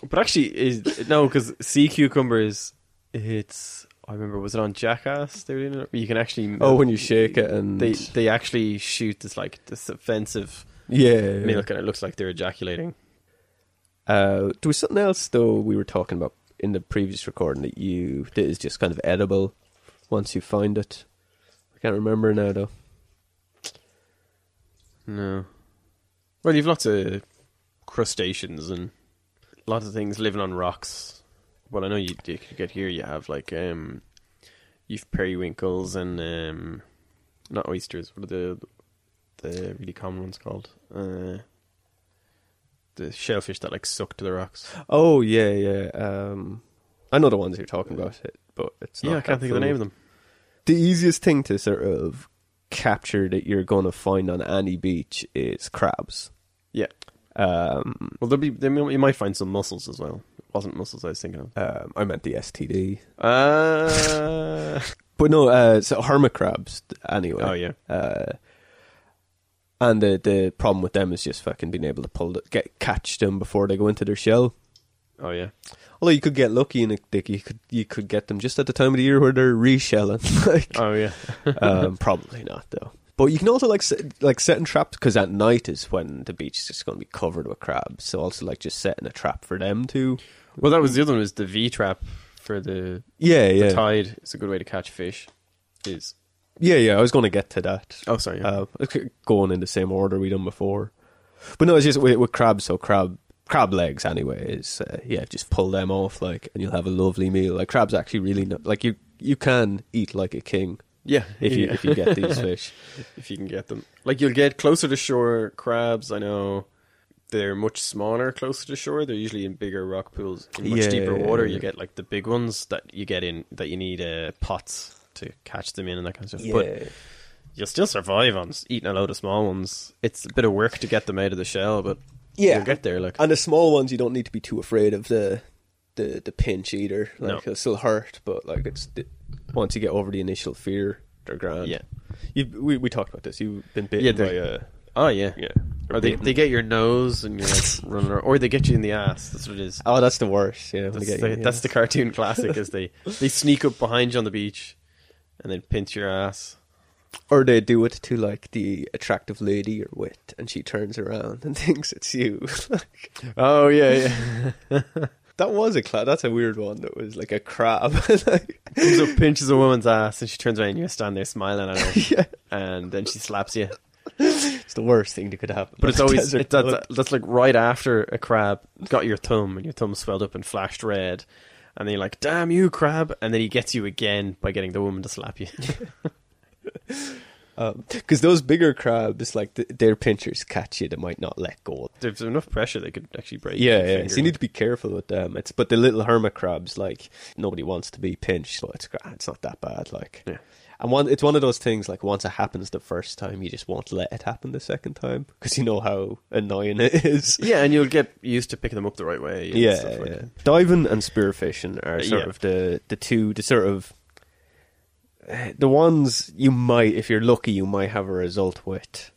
C: But actually, is no because sea cucumber is it's. I remember was it on Jackass? They were doing it. You can actually
B: oh, when you shake it and
C: they they actually shoot this like this offensive
B: yeah,
C: milk and it looks like they're ejaculating.
B: Uh, there was something else though we were talking about in the previous recording that you that is just kind of edible once you find it. I can't remember now though.
C: No. Well, you've lots of crustaceans and lots of things living on rocks. Well, I know you, you could get here. You have like um, you've periwinkles and um, not oysters. What are the the really common ones called? Uh, the shellfish that like suck to the rocks.
B: Oh yeah, yeah. Um, I know the ones you're talking about, it, but it's not
C: yeah, I can't think of
B: helpful.
C: the name of them.
B: The easiest thing to sort of capture that you're going to find on any beach is crabs.
C: Yeah.
B: Um,
C: Well, there'll be there, you might find some mussels as well. It wasn't mussels I was thinking of.
B: um, I meant the STD,
C: Uh,
B: but no, uh, so hermit crabs anyway.
C: *laughs* oh yeah.
B: And the the problem with them is just fucking being able to pull the, get catch them before they go into their shell.
C: Oh yeah.
B: Although you could get lucky and like, you could you could get them just at the time of the year where they're reshelling. *laughs* like,
C: Oh yeah.
B: um, probably not though. But you can also like set, like setting traps because at night is when the beach is just going to be covered with crabs. So also like just setting a trap for them too.
C: Well, that was the other one was the V trap for the,
B: Yeah,
C: the
B: yeah,
C: tide. It's a good way to catch fish. Is
B: yeah, yeah. I was going to get to that.
C: oh sorry, yeah.
B: Uh, okay, going in the same order we done before. But no, it's just with, with crabs. So crab crab legs, anyway. Is uh, yeah, just pull them off like, and you'll have a lovely meal. Like crabs, actually, really no, like you you can eat like a king
C: yeah.
B: if you
C: yeah.
B: if you get these fish.
C: *laughs* if you can get them, like you'll get closer to shore crabs. I know they're much smaller closer to shore. They're usually in bigger rock pools in much
B: Yeah.
C: deeper water. You get like the big ones that you get in that you need uh, pots to catch them in and that kind of stuff. But you'll still survive on s- eating a load of small ones. It's a bit of work to get them out of the shell, but
B: Yeah.
C: you'll get there. Like
B: and the small ones you don't need to be too afraid of the the the pinch either. Like
C: No.
B: it'll still hurt, but like it's once you get over the initial fear, they're grand.
C: Yeah.
B: you we we talked about this. You've been bitten
C: Yeah,
B: by
C: they're-
B: a.
C: Oh yeah,
B: Yeah.
C: Or they,
B: Bitten.
C: they get your nose and
B: *laughs*
C: you're like running, around. or they get you in the ass. That's what it is.
B: Oh, that's the worst. Yeah, when
C: That's,
B: they get
C: the,
B: you, yeah.
C: that's the cartoon classic. is
B: *laughs*
C: they they sneak up behind you on the beach, and then pinch your ass.
B: Or they do it to like the attractive lady you're with, and she turns around and *laughs* thinks it's you. Like,
C: Oh yeah, yeah.
B: *laughs* that was a cla- That's a weird one. That was like a crab. *laughs* like,
C: Comes up, pinches a woman's ass, and she turns around. and You stand there smiling at
B: *laughs*
C: her, and then she slaps you.
B: it's the worst thing that could happen. *laughs*
C: But it's always
B: Desert
C: it, that's,
B: bullet.
C: that's like right after a crab got your thumb, and your thumb swelled up and flashed red. And then you're like, "Damn you, crab!" And then he gets you again by getting the woman to
B: *laughs*
C: slap you. *laughs*
B: because those bigger crabs, like th- their pinchers catch you, they might not let go.
C: There's enough pressure they could actually break.
B: Yeah,
C: your
B: yeah.
C: finger.
B: So you need to be careful with them. It's but the little hermit crabs, like nobody wants to be pinched, so it's gra- it's not that bad. Like,
C: Yeah.
B: and one, it's one of those things. Like once it happens the first time, you just won't let it happen the second time because you know how annoying it is.
C: Yeah, and you'll get used to picking them up the right way.
B: *laughs*
C: and
B: yeah,
C: stuff like
B: yeah.
C: that.
B: diving and spearfishing are sort
C: Yeah.
B: of the the two the sort of eh, the ones you might, if you're lucky, you might have a result with.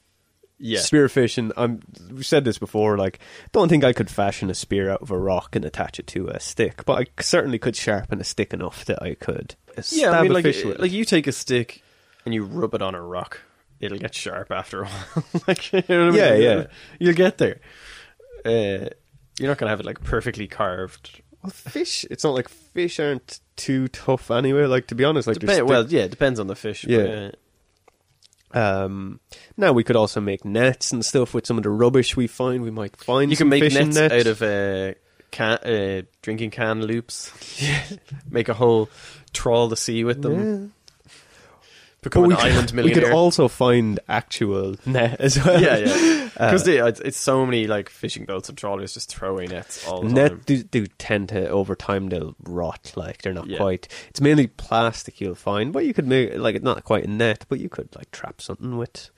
C: yeah.
B: Spearfishing, I'm. um, We said this before. Like, don't think I could fashion a spear out of a rock and attach it to a stick, but I certainly could sharpen a stick enough that I could
C: yeah,
B: stab
C: I mean,
B: a
C: like,
B: fish with.
C: like you take a stick and you rub it on a rock, it'll get sharp after a *laughs* while. like, you know what I
B: Yeah,
C: mean?
B: yeah.
C: you'll get there. Uh, you're not gonna have it like perfectly carved.
B: well, fish. It's not like fish aren't too tough anyway. Like to be honest, like
C: Depen-
B: there's
C: well, yeah, it depends on the fish. but, uh,
B: Yeah. Um, now we could also make nets and stuff with some of the rubbish we find. We might find
C: you
B: some
C: can make
B: fishing
C: nets
B: net.
C: out of uh, can, uh, drinking can
B: *laughs*
C: loops. make a whole trawl the sea with them.
B: Yeah. But
C: become an
B: we could-
C: island millionaire.
B: *laughs* We could also find actual net as *laughs* well.
C: yeah, yeah,
B: Uh,
C: because it's, it's so many like fishing boats and trawlers just throwing nets all the time.
B: Net do, do tend to over time they'll rot like they're not
C: Yeah.
B: quite. It's mainly plastic you'll find, but you could make like it's not quite a net, but you could like trap something with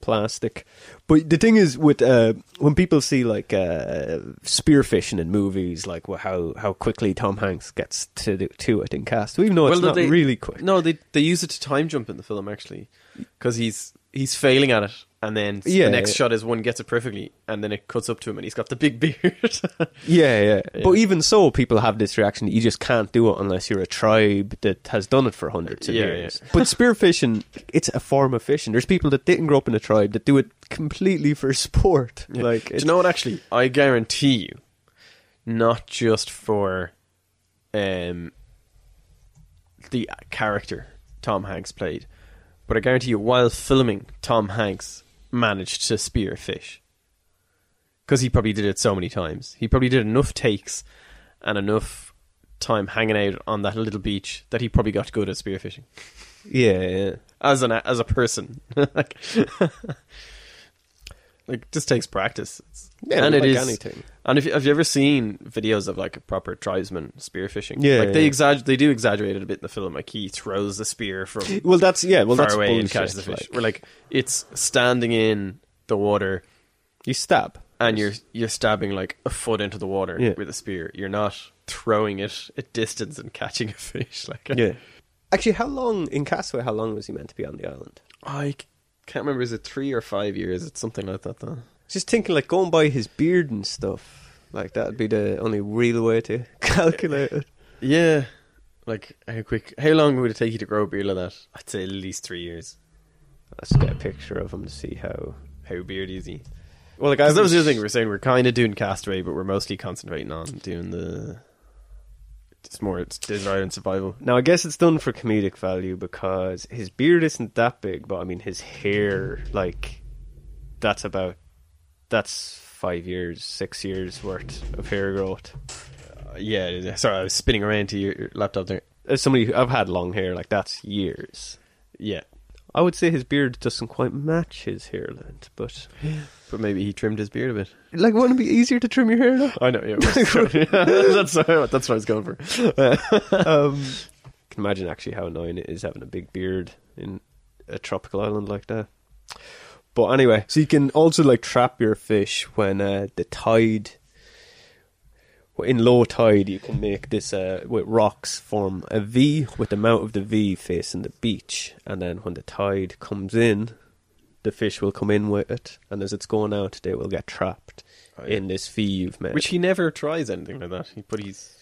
B: plastic. But the thing is, with uh, when people see like uh, spearfishing in movies, like wh- how how quickly Tom Hanks gets to do, to it in cast, even though it's
C: that
B: not
C: they-
B: really quick.
C: No, they they use it to time jump in the film actually, because he's he's failing at it, and then s-
B: Yeah,
C: the next
B: yeah.
C: shot is one gets it perfectly, and then it cuts up to him, and he's got the big *laughs* beard.
B: Yeah, yeah,
C: Yeah.
B: But even so, people have this reaction that you just can't do it unless you're a tribe that has done it for hundreds of
C: Yeah,
B: years. But spearfishing, it's a form of fishing. There's people that didn't grow up in a tribe that do it completely for sport. Like,
C: do
B: it's-
C: you know what? Actually, I guarantee you, not just for, um, the character Tom Hanks played, but I guarantee you, while filming, Tom Hanks managed to spear a fish. Because he probably did it so many times. He probably did enough takes and enough time hanging out on that little beach that he probably got good at spearfishing
B: yeah, yeah.
C: as an as a person. *laughs* like, like it just takes practice. It's-
B: Yeah,
C: and it
B: like
C: is.
B: anything.
C: And if you- have you ever seen videos of like proper tribesmen spearfishing?
B: Yeah,
C: like they
B: yeah.
C: exagger, they do exaggerate it a bit in the film. Like he throws the spear from
B: Well, that's yeah. *laughs* Well,
C: far
B: that's
C: away and
B: bullshit,
C: catches the fish.
B: like.
C: We're like it's standing in the water
B: you stab,
C: and you're you're stabbing like a foot into the water
B: Yeah.
C: with a spear. You're not throwing it at distance and *laughs* catching a fish. Like
B: yeah. Actually, how long in Castaway? How long was he meant to be on the island?
C: I c- can't remember. Is it three or five years? It's something like that though.
B: Just thinking, like going by his beard and stuff. Like that'd be the only real way to *laughs* calculate it.
C: Yeah. Like how quick? How long would it take you to grow a beard like that? I'd say at least three years.
B: Let's get a picture of him to see how.
C: How beardy is he?
B: Well, like
C: Because that was the other thing we were saying. We're kind of doing Castaway, but we're mostly concentrating on doing the. It's more it's desert island survival.
B: Now I guess it's done for comedic value because his beard isn't that big, but I mean his hair, like, that's about that's five years, six years worth of hair growth.
C: Uh, yeah, it is. sorry, I was spinning around to your your laptop there.
B: As somebody who, I've had long hair, like that's years.
C: Yeah,
B: I would say his beard doesn't quite match his hair length, but
C: but maybe he trimmed his beard a bit.
B: like, wouldn't it be easier to trim your hair? Though?
C: I know. Yeah, *laughs*
B: *laughs*
C: that's what, that's what I was going for.
B: um, *laughs* can imagine actually how annoying it is having a big beard in a tropical island like that. But anyway, so you can also like trap your fish when uh, the tide. In low tide, you can make this uh, with rocks form a V with the mouth of the V facing the beach, and then when the tide comes in, the fish will come in with it, and as it's going out, they will get trapped
C: Oh, yeah.
B: in this V you've made.
C: *laughs* Which he never tries anything like that. He put he's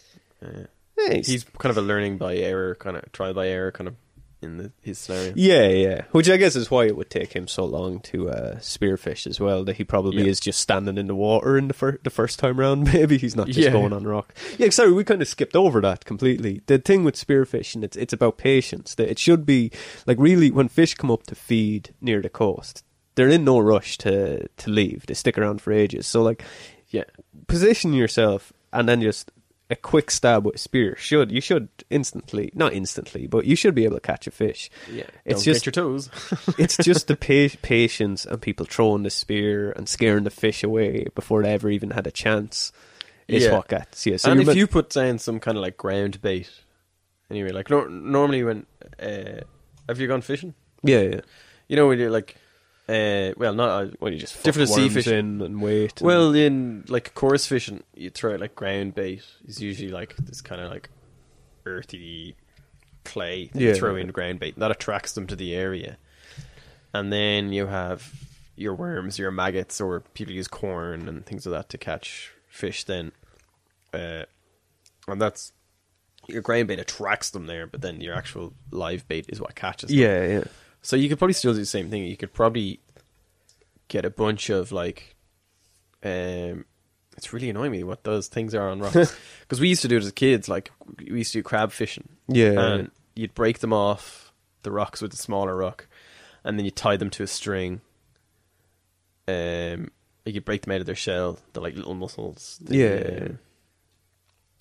C: uh,
B: Nice.
C: he's kind of a learning by error, kind of trial by error, kind of in the, his scenario.
B: Yeah, yeah. Which I guess is why it would take him so long to uh, spearfish as well. That he probably
C: Yeah.
B: is just standing in the water in the, fir- the first time round. *laughs* Maybe he's not just
C: Yeah.
B: going on rock. Yeah, sorry, we kind of skipped over that completely. The thing with spearfishing, it's it's about patience. That it should be like really when fish come up to feed near the coast, they're in no rush to to leave. They stick around for ages. So like
C: Yeah.
B: position yourself and then just a quick stab with a spear should you should instantly not instantly but you should be able to catch a fish
C: Yeah.
B: it's
C: Don't
B: just
C: break your toes. *laughs*
B: *laughs* it's just the pa- patience and people throwing the spear and scaring the fish away before they ever even had a chance is
C: Yeah.
B: what gets you so
C: and
B: you're
C: if
B: meant-
C: you put down some kind of like ground bait, anyway, like nor- normally when uh, have you gone fishing?
B: yeah yeah
C: You know when you're like, uh, well, not uh,
B: well you just
C: different
B: fuck
C: sea
B: worms
C: fish.
B: in and wait and-
C: Well, in like chorus fishing, you throw out like ground bait is usually like this kind of like earthy clay. that
B: Yeah.
C: You throw in ground bait that attracts them to the area, and then you have your worms, your maggots, or people use corn and things like that to catch fish. Then, uh, and that's your ground bait attracts them there, but then your actual live bait is what catches. them.
B: yeah yeah
C: So you could probably still do the same thing. You could probably get a bunch of like, um, it's really annoying me what those things are on
B: *laughs*
C: rocks because we used to do it as kids. Like we used to do crab fishing.
B: Yeah.
C: and you'd break them off the rocks with a smaller rock, and then you tie them to a string. Um, you could break them out of their shell. They're like little mussels. The,
B: Yeah.
C: uh,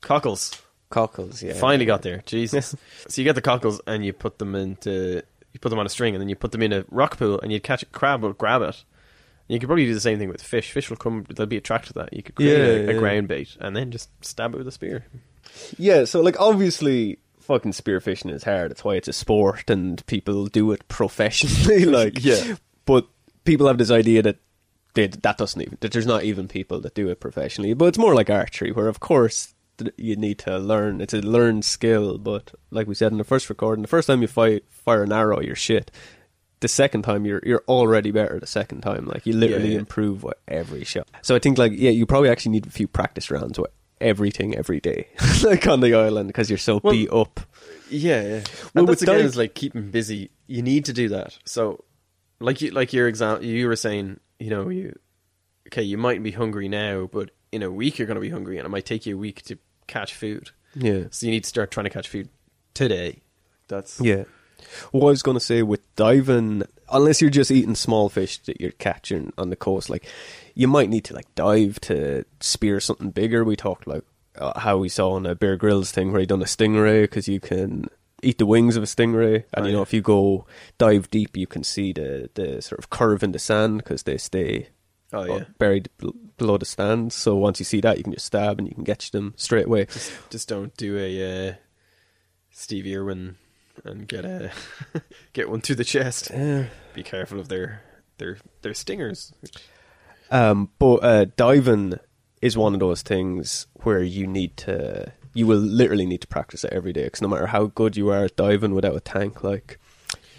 C: cockles.
B: cockles yeah *laughs*
C: Finally got there. Jesus. so you get the cockles and you put them into you put them on a string and then you put them in a rock pool and you'd catch a crab or grab it. And you could probably do the same thing with fish. Fish will come; they'll be attracted to that. You could create a,
B: Yeah,
C: a
B: yeah.
C: ground bait and then just stab it with a spear.
B: Yeah, so like obviously fucking spearfishing is hard. It's why it's a sport and people do it professionally *laughs* like
C: Yeah.
B: But people have this idea that they, that doesn't even that there's not even people that do it professionally. But it's more like archery where of course th- you need to learn. It's a learned skill, but like we said in the first recording, the first time you fight, fire an arrow, you're shit. The second time you're you're already better the second time. Like you literally
C: Yeah, yeah.
B: improve with every shot. So I think like yeah, you probably actually need a few practice rounds with everything every day, *laughs* like on the island because you're so
C: Well,
B: beat up.
C: Yeah, yeah.
B: Well,
C: and
B: with
C: that's again
B: dive-
C: is like keeping busy. You need to do that. So, like you, like your example, you were saying, you know, you okay, you might be hungry now, but in a week you're going to be hungry, and it might take you a week to catch food.
B: Yeah.
C: So you need to start trying to catch food today. That's
B: Yeah. What I was going to say with diving, unless you're just eating small fish that you're catching on the coast, like you might need to like dive to spear something bigger. We talked like uh, how we saw on a Bear Grylls thing where he done a stingray because you can eat the wings of a stingray, and you
C: Oh,
B: know
C: yeah.
B: if you go dive deep, you can see the the sort of curve in the sand because they stay.
C: Oh,
B: uh,
C: yeah.
B: buried bel- below the sand. So once you see that, you can just stab and you can catch them straight away.
C: just, just don't do a uh, Steve Irwin and get a *laughs* get one to the chest. Be careful of their their their stingers.
B: Um, but uh, diving is one of those things where you need to, you will literally need to practice it every day. Because no matter how good you are at diving without a tank, like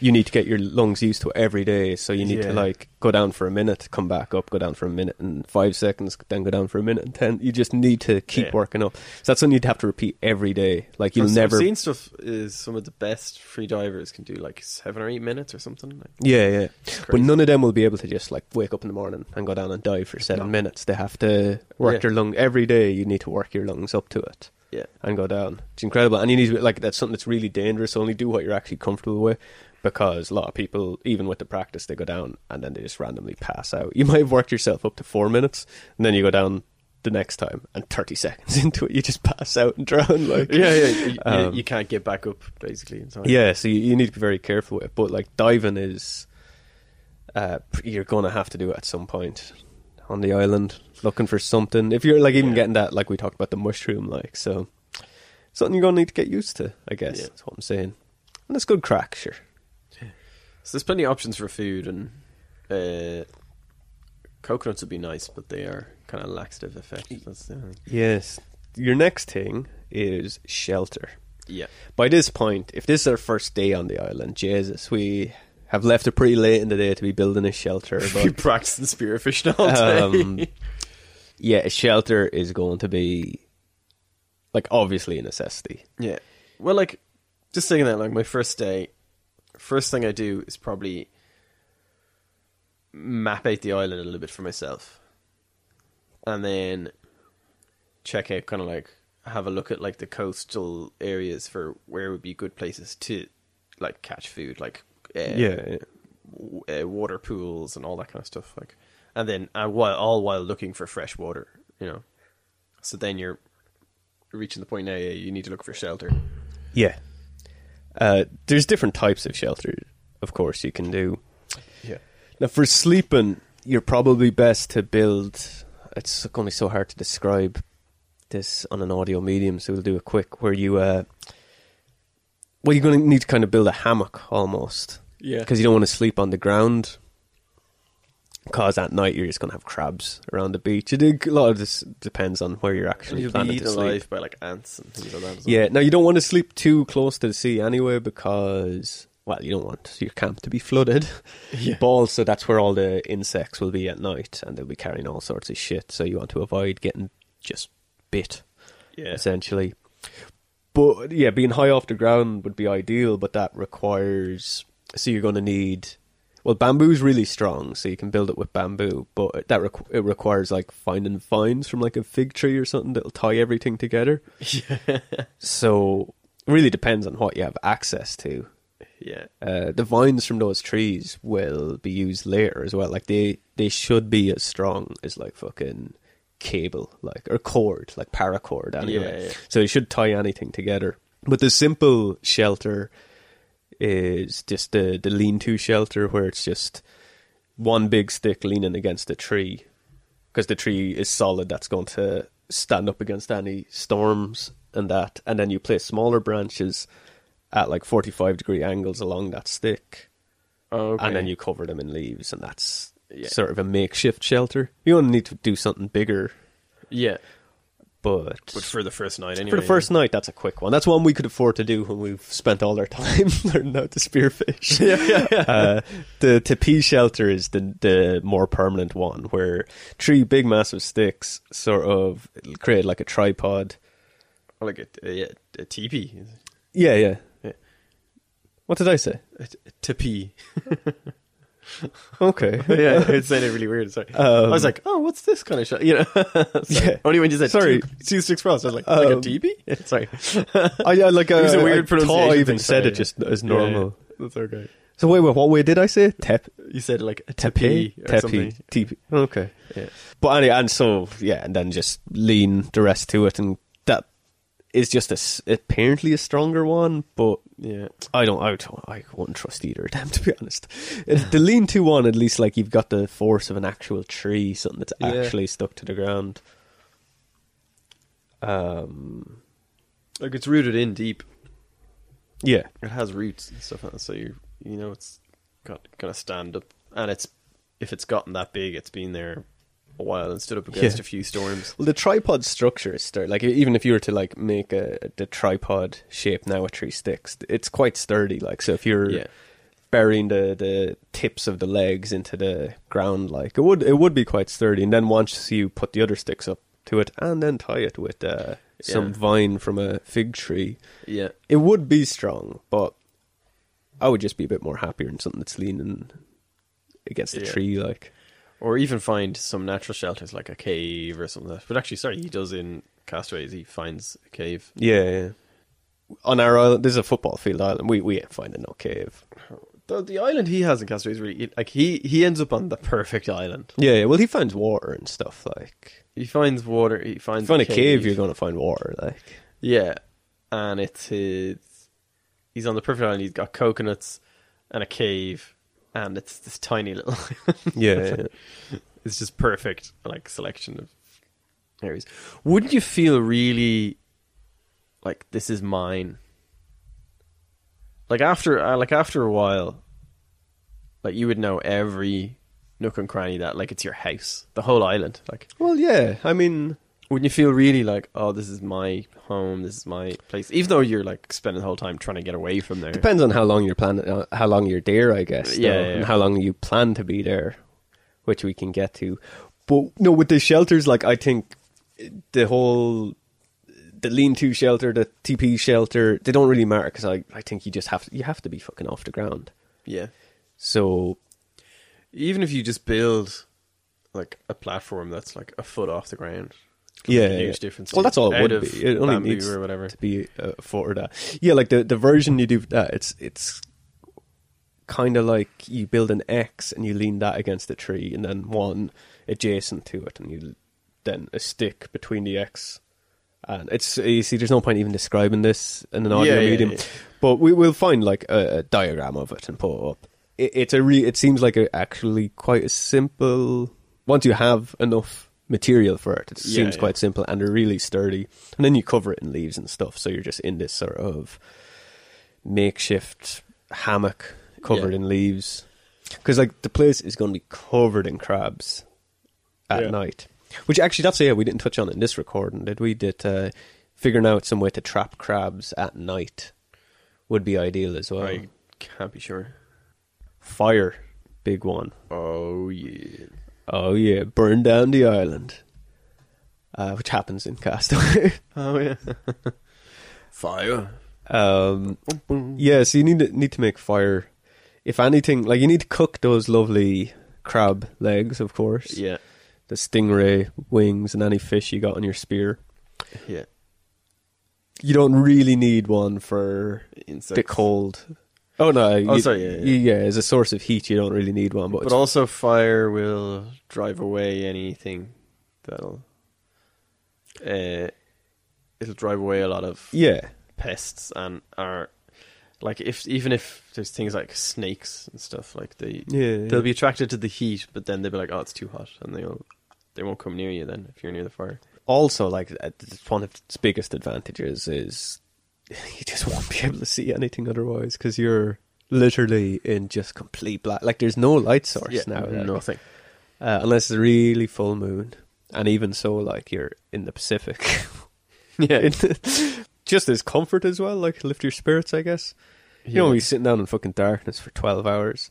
B: you need to get your lungs used to it every day. So you need to
C: Yeah.
B: like go down for a minute, come back up, go down for a minute and five seconds, then go down for a minute and ten. You just need to keep
C: Yeah.
B: working up. So that's something you'd have to repeat every day. Like you'll
C: I've-
B: never.
C: I've seen stuff is some of the best free divers can do like seven or eight minutes or something.
B: *laughs*
C: Like,
B: Yeah, yeah. But
C: crazy.
B: none of them will be able to just like wake up in the morning and go down and dive for seven
C: No.
B: minutes. They have to work
C: Yeah.
B: their lung every day. You need to work your lungs up to it
C: yeah,
B: and go down. It's incredible, and you need to, like that's something that's really dangerous. Only do what you're actually comfortable with, because a lot of people, even with the practice, they go down and then they just randomly pass out. You *laughs* might have worked yourself up to four minutes, and then you go down the next time, and thirty seconds *laughs* into it, you just pass out and drown. Like
C: yeah, yeah. You, you-
B: Um,
C: you can't get back up basically in time.
B: yeah, so you, you need to be very careful with it. But like diving is, uh, pr- you're gonna have to do it at some point on the island, looking for something. If you're like even
C: Yeah.
B: getting that, like we talked about the mushroom, like so, something you're gonna need to get used to. I guess
C: Yeah.
B: that's what I'm saying. And it's good crack, sure.
C: So there's plenty of options for food, and uh, coconuts would be nice, but they are kind of laxative effect. That's the only-
B: Yes. Your next thing is shelter.
C: yeah,
B: By this point, if this is our first day on the island, Jesus, we have left it pretty late in the day to be building a
C: *laughs*
B: shelter.
C: you
B: But
C: practicing spearfishing all day.
B: Um, yeah, a shelter is going to be like obviously a necessity.
C: Yeah. Well, like, just thinking that, like, my first day, first thing I do is probably map out the island a little bit for myself. And then check out, kind of like, have a look at, like, the coastal areas for where would be good places to, like, catch food, like, uh, w- uh, water pools and all that kind of stuff. Like, and then uh, while all while looking for fresh water, you know. So then you're reaching the point now. Yeah, you need to look for shelter.
B: yeah. Uh, there's different types of shelter, of course. You can do
C: Yeah,
B: now for sleeping. You're probably best to build. It's going to be so hard to describe this on an audio medium, so we'll do a quick where you. Uh, well, you're going to need to kind of build a hammock almost.
C: Yeah.
B: Because you don't want to sleep on the ground. Because at night you're just going to have crabs around the beach. It, a lot of this depends on where you're
C: and
B: actually
C: you'll be
B: planning
C: eaten
B: to sleep.
C: alive by like ants and things like that. As well.
B: Yeah. Now you don't want to sleep too close to the sea anyway because well, you don't want your camp to be flooded.
C: Yeah.
B: But also that's where all the insects will be at night and they'll be carrying all sorts of shit, so you want to avoid getting just bit
C: yeah,
B: essentially. But yeah, being high off the ground would be ideal, but that requires so you're going to need well, bamboo's really strong, so you can build it with bamboo, but that requ- it requires like finding vines from like a fig tree or something that'll tie everything together. So really depends on what you have access to.
C: yeah.
B: Uh, the vines from those trees will be used later as well. Like they they should be as strong as like fucking cable, like or cord, like paracord anyway.
C: Yeah, yeah.
B: So you should tie anything together. But the simple shelter is just the the lean to shelter where it's just one big stick leaning against a tree because the tree is solid that's going to stand up against any storms and that and then you place smaller branches at like 45 degree angles along that stick
C: Okay.
B: and then you cover them in leaves and that's
C: Yeah.
B: sort of a makeshift shelter you only need to do something bigger
C: yeah,
B: but,
C: but for the first night anyway.
B: for the first night, that's a quick one. That's one we could afford to do when we've spent all our *laughs* time learning how to
C: *laughs*
B: spearfish. yeah, yeah, Uh, the tepi shelter is the the more permanent one, where three big massive sticks sort of create like a tripod.
C: Or like a, a, a teepee, is it?
B: Yeah, yeah.
C: Yeah.
B: What did I say?
C: a, a teepee.
B: Okay.
C: yeah, *laughs* it sounded really weird. Sorry, I was like, oh, what's this kind of shot? *laughs* You know, Sorry.
B: Um, Yeah.
C: Only when you said
B: Sorry.
C: two, two six cross, I was like, like a
B: Um, *laughs*
C: teepee. Sorry,
B: I, I like
C: It was
B: I-
C: a
B: I
C: weird pronunciation.
B: thought I even
C: thing,
B: said
C: sorry.
B: it just as
C: Yeah,
B: normal.
C: yeah. That's okay.
B: So wait, wait, what way did I say it? Tep
C: You said like a
B: tepi
C: teepee or
B: tepi
C: something.
B: tepi. Okay.
C: Yeah.
B: But anyway, and so yeah, and then just lean the rest to it, and that is just a s apparently a stronger one. But
C: Yeah.
B: I don't, I don't, I wouldn't trust either of them *laughs* to be honest. It- the lean to one, at least, like you've got the force of an actual tree, something that's
C: Yeah.
B: actually stuck to the ground.
C: Like it's rooted in deep.
B: Yeah,
C: It has roots and stuff, like that, so you you know it's got gonna stand up, and it's if it's gotten that big, it's been there a while and stood up against
B: Yeah.
C: a few
B: *laughs*
C: storms.
B: Well, the tripod structure is sturdy. Like e-, even if you were to like make a the tripod shape now with three sticks, it's quite sturdy. Like so, if you're
C: Yeah.
B: burying the the tips of the legs into the ground, like it would it would be quite sturdy. And then once you put the other sticks up to it, and then tie it with uh, some
C: Yeah.
B: vine from a fig tree,
C: Yeah,
B: it would be strong. But I would just be a bit more happier in something that's leaning against a
C: Yeah.
B: tree, like.
C: or even find some natural shelters like a cave or something. like that. But actually, sorry, he does in Castaways. He finds a cave.
B: Yeah, yeah. On our island, there's a football field island. We we ain't finding no cave.
C: The, the island he has in Castaways really like he he ends up on the perfect island.
B: Yeah, yeah, well, he finds water and stuff. Like,
C: He finds water. He finds
B: if you find a cave, you're going to find water. Like,
C: Yeah, and it's his. He's on the perfect island. He's got coconuts and a cave, and it's this tiny little. *laughs*
B: yeah, yeah, yeah.
C: it's just perfect, like selection of areas. Wouldn't you feel really like this is mine? Like after, uh, like after a while, like you would know every nook and cranny that, like it's your house, the whole island. Like,
B: Well, yeah. I mean,
C: wouldn't you feel really like, oh, this is my home, this is my place, even though you're like spending the whole time trying to get away from there.
B: depends on how long you're planning, uh, how long you're there, I guess.
C: Yeah,
B: though,
C: yeah,
B: and
C: yeah.
B: how long you plan to be there, which we can get to. But no, with the shelters, like I think the whole the lean-to shelter, the TP shelter, they don't really matter because I I think you just have to, you have to be fucking off the ground.
C: yeah,
B: So
C: even if you just build like a platform that's like a foot off the ground.
B: yeah,
C: a
B: yeah,
C: huge
B: yeah.
C: difference
B: Well,
C: in-
B: that's all it
C: out
B: would
C: of
B: be. It only
C: bamboo
B: needs
C: or whatever.
B: to be uh, for that. Yeah, like the the version you do for that, it's it's kind of like you build an X and you lean that against a tree, and then one adjacent to it, and you then a stick between the X. And it's uh, you see, there's no point even describing this in an audio
C: Yeah, yeah,
B: medium,
C: yeah.
B: but we will find like a, a diagram of it and put it up. It, it's a re, it seems like a, actually quite a simple. Once you have enough material for it, it
C: Yeah,
B: seems
C: yeah.
B: quite simple and they're really sturdy. And then you cover it in leaves and stuff, so you're just in this sort of makeshift hammock covered
C: Yeah.
B: in leaves. Because like the place is going to be covered in crabs at
C: Yeah.
B: night, which actually that's yeah we didn't touch on in this recording, did we? That uh, figuring out some way to trap crabs at night would be ideal as well.
C: I can't be sure.
B: Fire, big one.
C: Oh yeah.
B: Oh yeah, burn down the island, uh, which happens in Castaway.
C: Oh yeah. *laughs* Fire.
B: *laughs* Um, yeah, so you need to, need to make fire. If anything, like you need to cook those lovely crab legs, of course.
C: Yeah.
B: The stingray wings and any fish you got on your spear.
C: Yeah.
B: You don't really need one for the
C: Insects.
B: cold. Oh no!
C: Oh,
B: you-
C: sorry, yeah, yeah.
B: you- as a source of heat, you don't really need one. But,
C: But
B: it's-
C: also fire will drive away anything that'll uh it'll drive away a lot of
B: yeah,
C: pests and are Like if even if there's things like snakes and stuff, like they
B: Yeah,
C: they'll
B: yeah.
C: be attracted to the heat, but then they'll be like, oh, it's too hot, and they'll they won't come near you then if you're near the fire.
B: Also, like uh, it's one of its biggest advantages is *laughs* you just won't be able to see anything otherwise because you're literally in just complete black. Like there's no light source now, like,
C: nothing.
B: uh, unless it's really full moon, and even so, like you're in the Pacific. *laughs*
C: Yeah,
B: just as comfort as well, like lift your spirits, I guess. You don't
C: Yeah.
B: want to be sitting down in fucking darkness for twelve hours.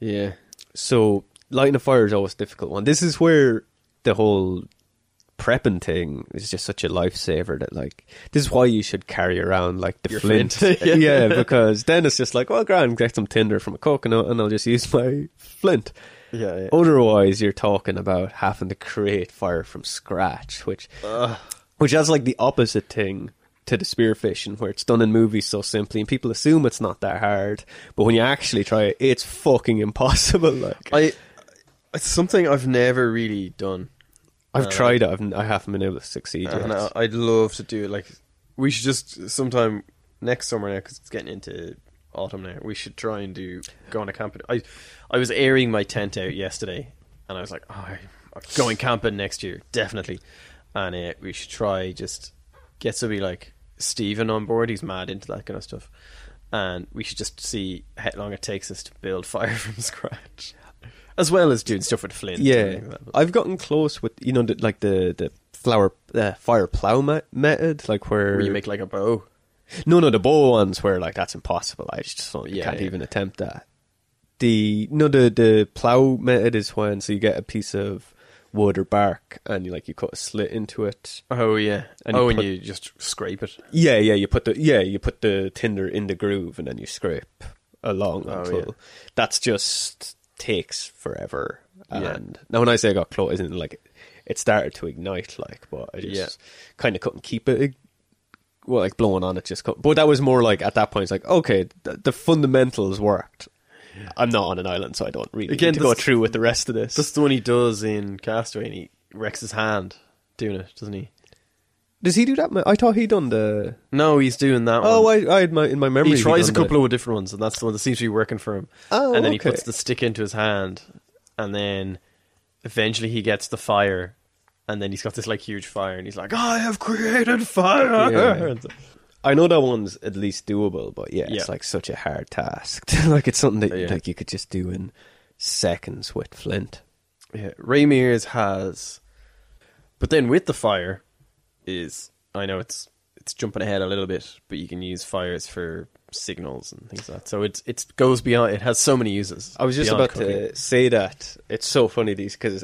C: yeah,
B: So lighting a fire is always a difficult one. This is where the whole prepping thing is just such a lifesaver that like this is why you should carry around like the
C: Your
B: flint.
C: flint. *laughs*
B: yeah. because then it's just like, well grand, get some tinder from a coconut and I'll just use my flint.
C: yeah, yeah.
B: Otherwise you're talking about having to create fire from scratch, which which has like the opposite thing to the spearfishing where it's done in movies so simply and people assume it's not that hard but when you actually try it it's fucking impossible *laughs* like
C: I it's something I've never really done,
B: I've tried it. I've, n- I haven't been able to succeed yet.
C: and I, I'd love to do it. Like we should just sometime next summer now because it's getting into autumn now. We should try and do go on a camping. I I was airing my tent out yesterday, and I was like, oh, I- I'm going camping next year definitely, and uh, we should try just get somebody like Stephen on board. He's mad into that kind of stuff. And we should just see how long it takes us to build *laughs* fire from scratch, as well as doing stuff with flint. and
B: yeah,
C: everything like that.
B: I've gotten close with you know the, like the the flower uh, fire plow me- method, like where,
C: Where you make like a bow.
B: no no the bow ones where like that's impossible. I just don't,
C: Yeah,
B: can't
C: yeah.
B: even attempt that. The no the the plow method is when so you get a piece of wood or bark and you like you cut a slit into it.
C: Oh yeah.
B: And
C: oh,
B: you
C: and
B: put-
C: you just scrape it.
B: Yeah, yeah, you put the yeah, you put the tinder in the groove and then you scrape along
C: Oh,
B: until
C: yeah.
B: that's just takes forever.
C: Yeah.
B: And now when I say I got close, isn't like it started to ignite like, but I just
C: Yeah.
B: kind of couldn't keep it. ig- Well, like blowing on it just cut. But that was more like at that point, it's like okay, th- the fundamentals worked. I'm not on an island, so I don't really
C: Again,
B: need to go
C: that's-
B: through with the rest of this.
C: That's the one he does in Castaway, and he wrecks his hand doing it, doesn't he?
B: Does he do that? I thought he done the.
C: No, he's doing that.
B: Oh,
C: one.
B: I, I had my in my memory.
C: um, he tries a
B: done the-
C: couple of different ones, and that's the one that seems to be working for him.
B: Oh,
C: and then he
B: okay.
C: puts the stick into his hand, and then eventually he gets the fire, and then he's got this like huge fire, and he's like, "I have created fire." *laughs*
B: Yeah. I know that one's at least doable, but yeah,
C: Yeah.
B: it's like such a hard task. *laughs* like it's something that
C: Yeah.
B: like you could just do in seconds with Flint.
C: Yeah, Ray Mears has, but then with the fire, is I know it's it's jumping ahead a little bit, but you can use fires for signals and things like that. So it's it goes beyond. It has so many uses.
B: I was just
C: beyond
B: about
C: cooking.
B: to say that it's so funny these because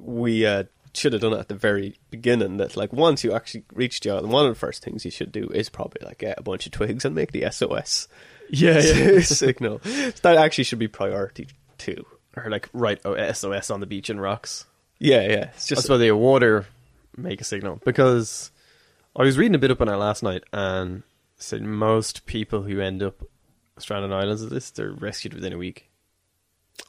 B: we uh, should have done it at the very beginning. That like once you actually reach the island, one of the first things you should do is probably like get a bunch of twigs and make the SOS
C: *laughs* Yeah,
B: *laughs* signal. That actually should be priority two.
C: *laughs* or like write oh, SOS on the beach and rocks.
B: Yeah, yeah. It's
C: That's
B: just
C: why they water make a signal because I was reading a bit up on it last night and said most people who end up stranded on islands of this they're rescued within a week.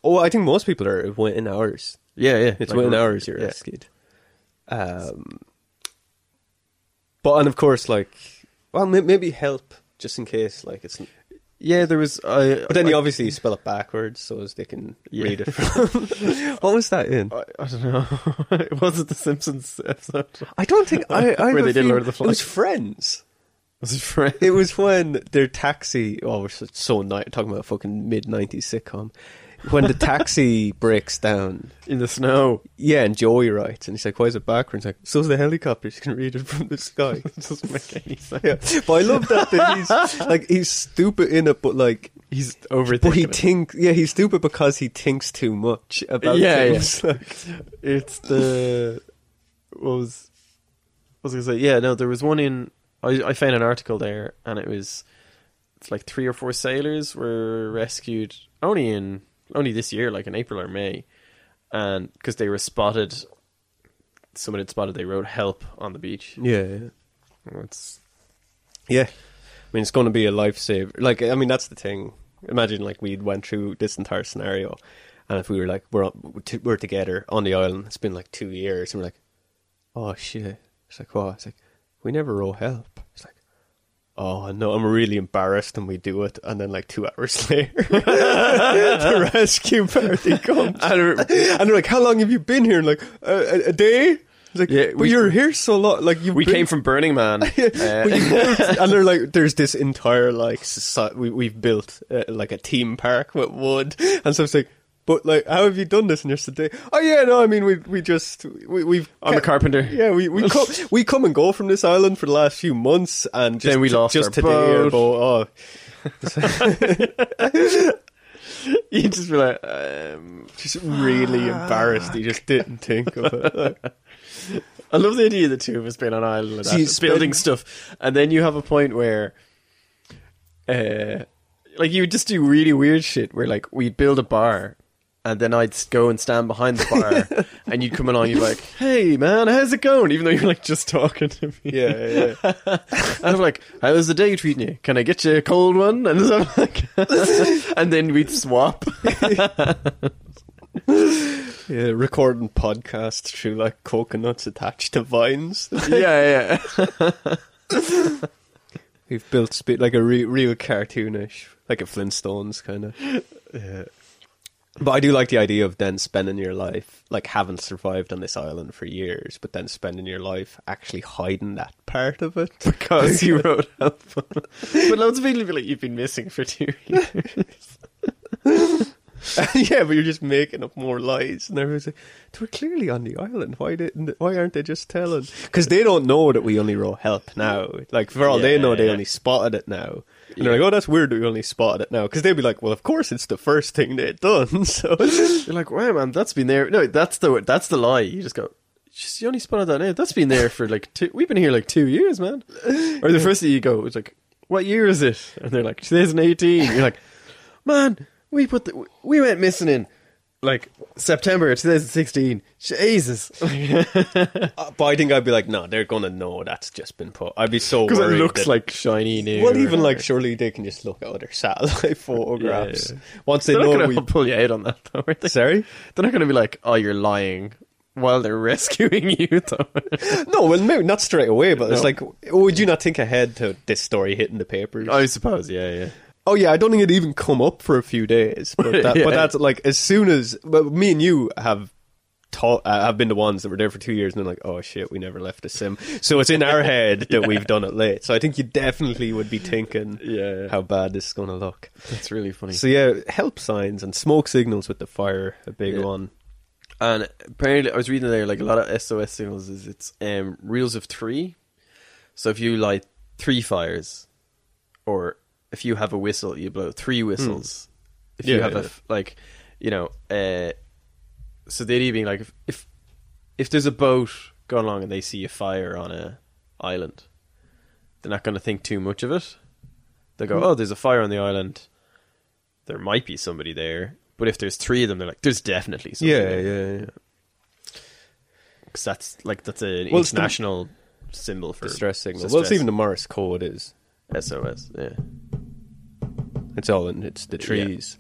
B: oh, I think most people are within hours.
C: Yeah, yeah,
B: It's
C: like,
B: within hours you're
C: yeah.
B: rescued. Um, but and of course, like, well, may- maybe help just in case, like it's.
C: Yeah, there was. I,
B: But then
C: I,
B: you obviously spell it backwards so as they can *laughs*
C: Yeah.
B: read it. From. what was that in?
C: I, I don't know. *laughs* it wasn't the Simpsons episode.
B: I don't think I. I have
C: Where they
B: a
C: did
B: feeling-
C: Lord of the
B: It was
C: Flies.
B: Friends.
C: Was it Frank?
B: It was when their taxi. Oh, we're so, so ni- talking about a fucking mid '90s sitcom. When the *laughs* taxi breaks down,
C: in the snow? *laughs*
B: yeah, and Joey writes, and he's like, "Why is it backwards?" He's like, so's the helicopter. You can read it from the sky.
C: It doesn't make any sense.
B: Yeah, but I love that, that *laughs* he's like he's stupid in it, but like,
C: He's overthinking.
B: but he
C: it.
B: thinks. Yeah, he's stupid because he thinks too much about
C: Yeah,
B: things. *laughs*
C: yeah.
B: Like,
C: it's the what was what was I gonna say? Yeah, no, there was one in I I found an article there, and it was it's like three or four sailors were rescued only in only this year, like in April or May, and because they were spotted, someone had spotted they wrote "help" on the beach.
B: yeah, yeah,
C: It's
B: yeah. I mean, it's going to be a lifesaver. Like, I mean, that's the thing. Imagine like we went through this entire scenario, and if we were like we're on, we're together on the island, it's been like two years, and we're like, oh shit. It's like, what? It's like, we never row help. It's like, oh no, I'm really embarrassed, and we do it, and then like two hours *laughs* later, the rescue party comes, and, they're like, "How long have you been here?" And like, uh, "A, a- a day." It's like,
C: Yeah,
B: but
C: we-
B: you're here so long. Like you,
C: We came from Burning *laughs* Man.
B: But
C: Uh,
B: you built- and they're like, there's this entire like society, we we've built uh, like a theme park with wood, and so it's like, but like, how have you done this? And you're today, oh yeah, no, I mean, we we just we we've
C: I'm a carpenter.
B: yeah, we we
C: *laughs*
B: come we come and go from this island for the last few months, and just,
C: Then we lost
B: just
C: our
B: today our
C: boat.
B: boat, oh,
C: *laughs* you just be like, um,
B: *laughs* just really embarrassed. He just didn't think of it.
C: I love the idea of the two of us being on an island and
B: So you
C: that, building
B: spend-
C: stuff, and then you have a point where, *laughs* uh, like you would just do really weird shit. Where like we'd build a bar, and then I'd s- go and stand behind the *laughs* bar, and you'd come along, you'd be like, "Hey man, how's it going?" Even though you're like just talking to me.
B: Yeah, yeah, yeah.
C: And I'm like, "How's the day treating you? Can I get you a cold one?" And *laughs* so I'm like, *laughs* and then we'd swap.
B: yeah recording podcasts through like coconuts attached to vines.
C: *laughs*
B: *laughs*
C: yeah, yeah.
B: We've built spe- like a re- real cartoonish, like a Flintstones kind of. But I do like the idea of then spending your life, like having survived on this island for years, but then spending your life actually hiding that part of it *laughs* because you wrote out.
C: *laughs* but loads of people be like, "You've been missing for two years."
B: *laughs* yeah, but you're just making up more lies, and everyone's like, "They were clearly on the island. Why didn't? Why aren't they just telling? Because they don't know that we only wrote help now. Like for all they know, they
C: Yeah.
B: only spotted it now." And they're like, oh, that's weird that we only spotted it now. Because they'd be like, well, of course it's the first thing they'd done. *laughs* So
C: You're like, wow, man, that's been there. No, that's the that's the lie. You just go, just you only spotted that now. That's been there for like two. We've been here like two years, man. Or the first thing you go, it's like, what year is it? And they're like, 2018. You're like, man, we put the, we went missing in like September 2016. Jesus, *laughs* because
B: Uh, but I think I'd be like, no, they're gonna know that's just been put. I'd be so
C: it
B: worried.
C: looks
B: that-
C: like shiny new.
B: Well, even
C: or-
B: like surely they can just look at other satellite *laughs* photographs
C: Yeah.
B: once they
C: they're
B: know
C: not
B: we. *laughs*
C: going to pull you out on that though. Are they?
B: Sorry.
C: They're not going to be like, oh, you're lying. While they're *laughs* rescuing you, though. *laughs*
B: *laughs* No, well, maybe not straight away, but it's
C: No.
B: like, oh, would you not think ahead to this story hitting the papers?
C: I suppose, yeah, yeah.
B: oh yeah, I don't think it'd even come up for a few days.
C: *laughs*
B: But, that,
C: Yeah.
B: but that's like as soon as but me and you have taught, uh, have been the ones that were there for two years, and they're like, oh shit, we never left the sim. So it's in our head
C: *laughs*
B: that we've done it late. So I think you definitely would be thinking,
C: Yeah.
B: how bad this is gonna look.
C: That's really funny.
B: So yeah, help signs and smoke signals with the fire, a big
C: Yeah.
B: one.
C: And apparently, I was reading there like a lot of SOS signals is it's um, reels of three. So if you light three fires, or if you have a whistle, you blow three whistles. If you
B: Hmm. Yeah,
C: have a
B: yeah.
C: f- like, you know, uh, so the idea being like if, if if there's a boat going along and they see a fire on a island, they're not going to think too much of it. They
B: Hmm.
C: go, "Oh, there's a fire on the island. There might be somebody there." But if there's three of them, they're like, "There's definitely somebody there."
B: yeah, yeah.
C: Because that's like that's an
B: Well, it's the-
C: international symbol for
B: Distress signal. Well, it's even the Morse code is.
C: the SOS. Yeah,
B: It's all in. It's the trees.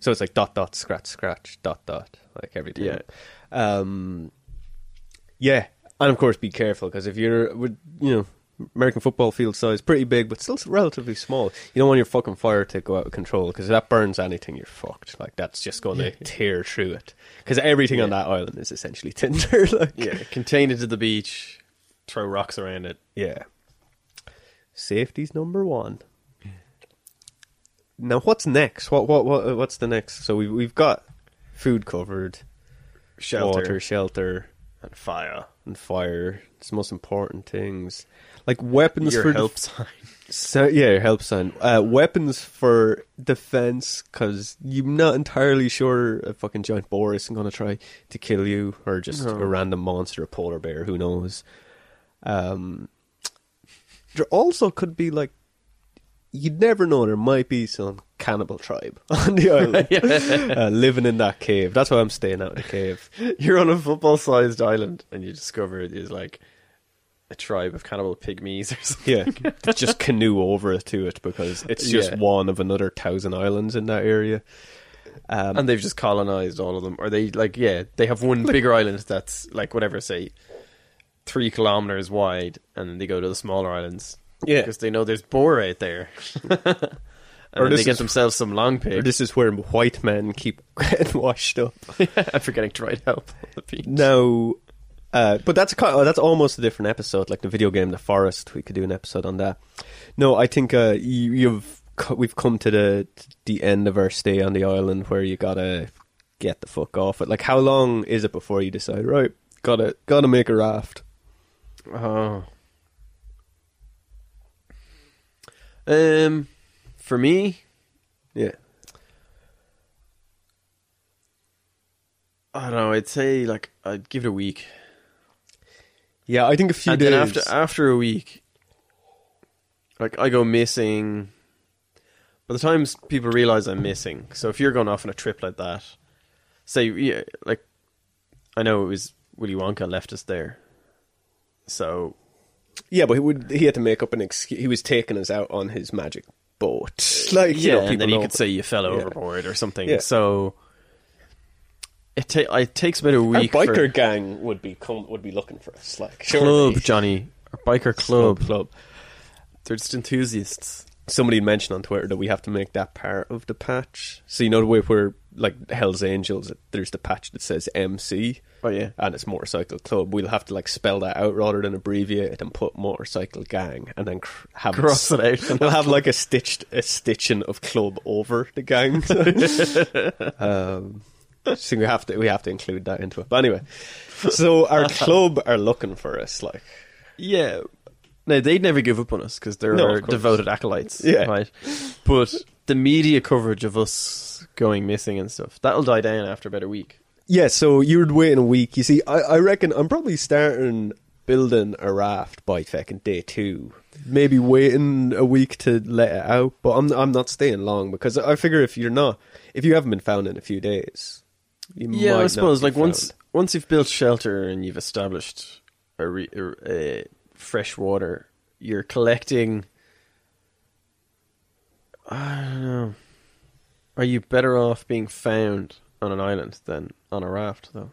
B: So it's like dot dot scratch scratch dot dot like every time.
C: Yeah.
B: Um. Yeah, and of course be careful because if you're with you know American football field size pretty big but still relatively small, you don't want your fucking fire to go out of control because if that burns anything, you're fucked. Like that's just going to tear through it because everything on
C: Yeah.
B: that island is essentially *laughs* tinder. Like
C: *laughs* yeah. Contain it to the beach. Throw rocks around it.
B: Yeah. Safety's number one. Now, what's next? What what what? What's the next? So we we've got food covered,
C: Shelter
B: water, shelter,
C: and fire.
B: and fire. It's the most important things. Like weapons
C: Your
B: for
C: help
B: def-
C: sign. *laughs*
B: so, yeah, your help sign. Uh, weapons for defense, because you're not entirely sure a fucking giant boar isn't going to try to kill you, or just
C: No.
B: a random monster, a polar bear, who knows. Um, there also could be like, you'd never know. There might be some cannibal tribe *laughs* on the island
C: *laughs*
B: uh, living in that cave. That's why I'm staying out of the cave.
C: You're on a football-sized island, and you discover there's like a tribe of cannibal pygmies or something. *laughs*
B: Yeah, just canoe over to it because it's just
C: Yeah.
B: one of another thousand islands in that area.
C: and they've just colonized all of them. Or they like, yeah, they
B: *laughs*
C: have one bigger island that's like whatever, say, three kilometers wide, and then they go to the smaller islands
B: Yeah.
C: because they know there's boar out there. *laughs*
B: Or
C: or they
B: this
C: get
B: is-
C: themselves some long
B: Or
C: pig.
B: this *laughs* is where white men keep *laughs* getting washed up.
C: I'm forgetting dried up on the beach.
B: Now, uh, but that's kind that's almost a different episode, like the video game The Forest. We could do an episode on that. No, I think uh, you, you've co- we've come to the the end of our stay on the island where you gotta get the fuck off it. Like, how long is it before you decide? Right, gotta gotta make a raft.
C: Oh. Um, for me,
B: Yeah,
C: I don't know. I'd say like I'd give it a week,
B: yeah. I think a few
C: and
B: days
C: then after uh, after a week, like I go missing. By the times people realize I'm missing, so if you're going off on a trip like that, say yeah, like I know it was Willy Wonka left us there, so
B: Yeah, but he would. He had to make up an excuse. He was taking us out on his magic boat. Like, you know, people
C: and then you
B: know-
C: could say you fell
B: Yeah.
C: overboard or something.
B: Yeah.
C: So it, ta- it takes about a
B: our
C: week.
B: biker
C: for
B: gang would be come, would be looking for us. Like, surely.
C: club, Johnny, our biker club.
B: club, club.
C: They're just enthusiasts.
B: Somebody mentioned on Twitter that we have to make that part of the patch. So you know the way where like Hell's Angels, there's the patch that says MC.
C: Oh, yeah.
B: and it's motorcycle club. We'll have to like spell that out rather than abbreviate it and put motorcycle gang, and then cr- have
C: Cross it out and
B: We'll have like a stitched a stitching of club over the *laughs* gang. um, so we have to we have to include that into it. But anyway, so our club are looking for us, like
C: Yeah. No, they'd never give up on us because they're
B: No,
C: our
B: of course.
C: devoted acolytes.
B: Yeah.
C: Right. But the media coverage of us going missing and stuff, that'll die down after about a week.
B: Yeah, so you're waiting a week. You see, I, I reckon I'm probably starting building a raft by fucking day two. Maybe waiting a week to let it out, but I'm I'm not staying long because I figure if you're not, if you haven't been found in a few days, you might
C: Yeah, I
B: not
C: suppose
B: be
C: like once
B: found.
C: once you've built shelter and you've established a, re- a, a fresh water, you're collecting. I don't know. Are you better off being found on an island than on a raft, though?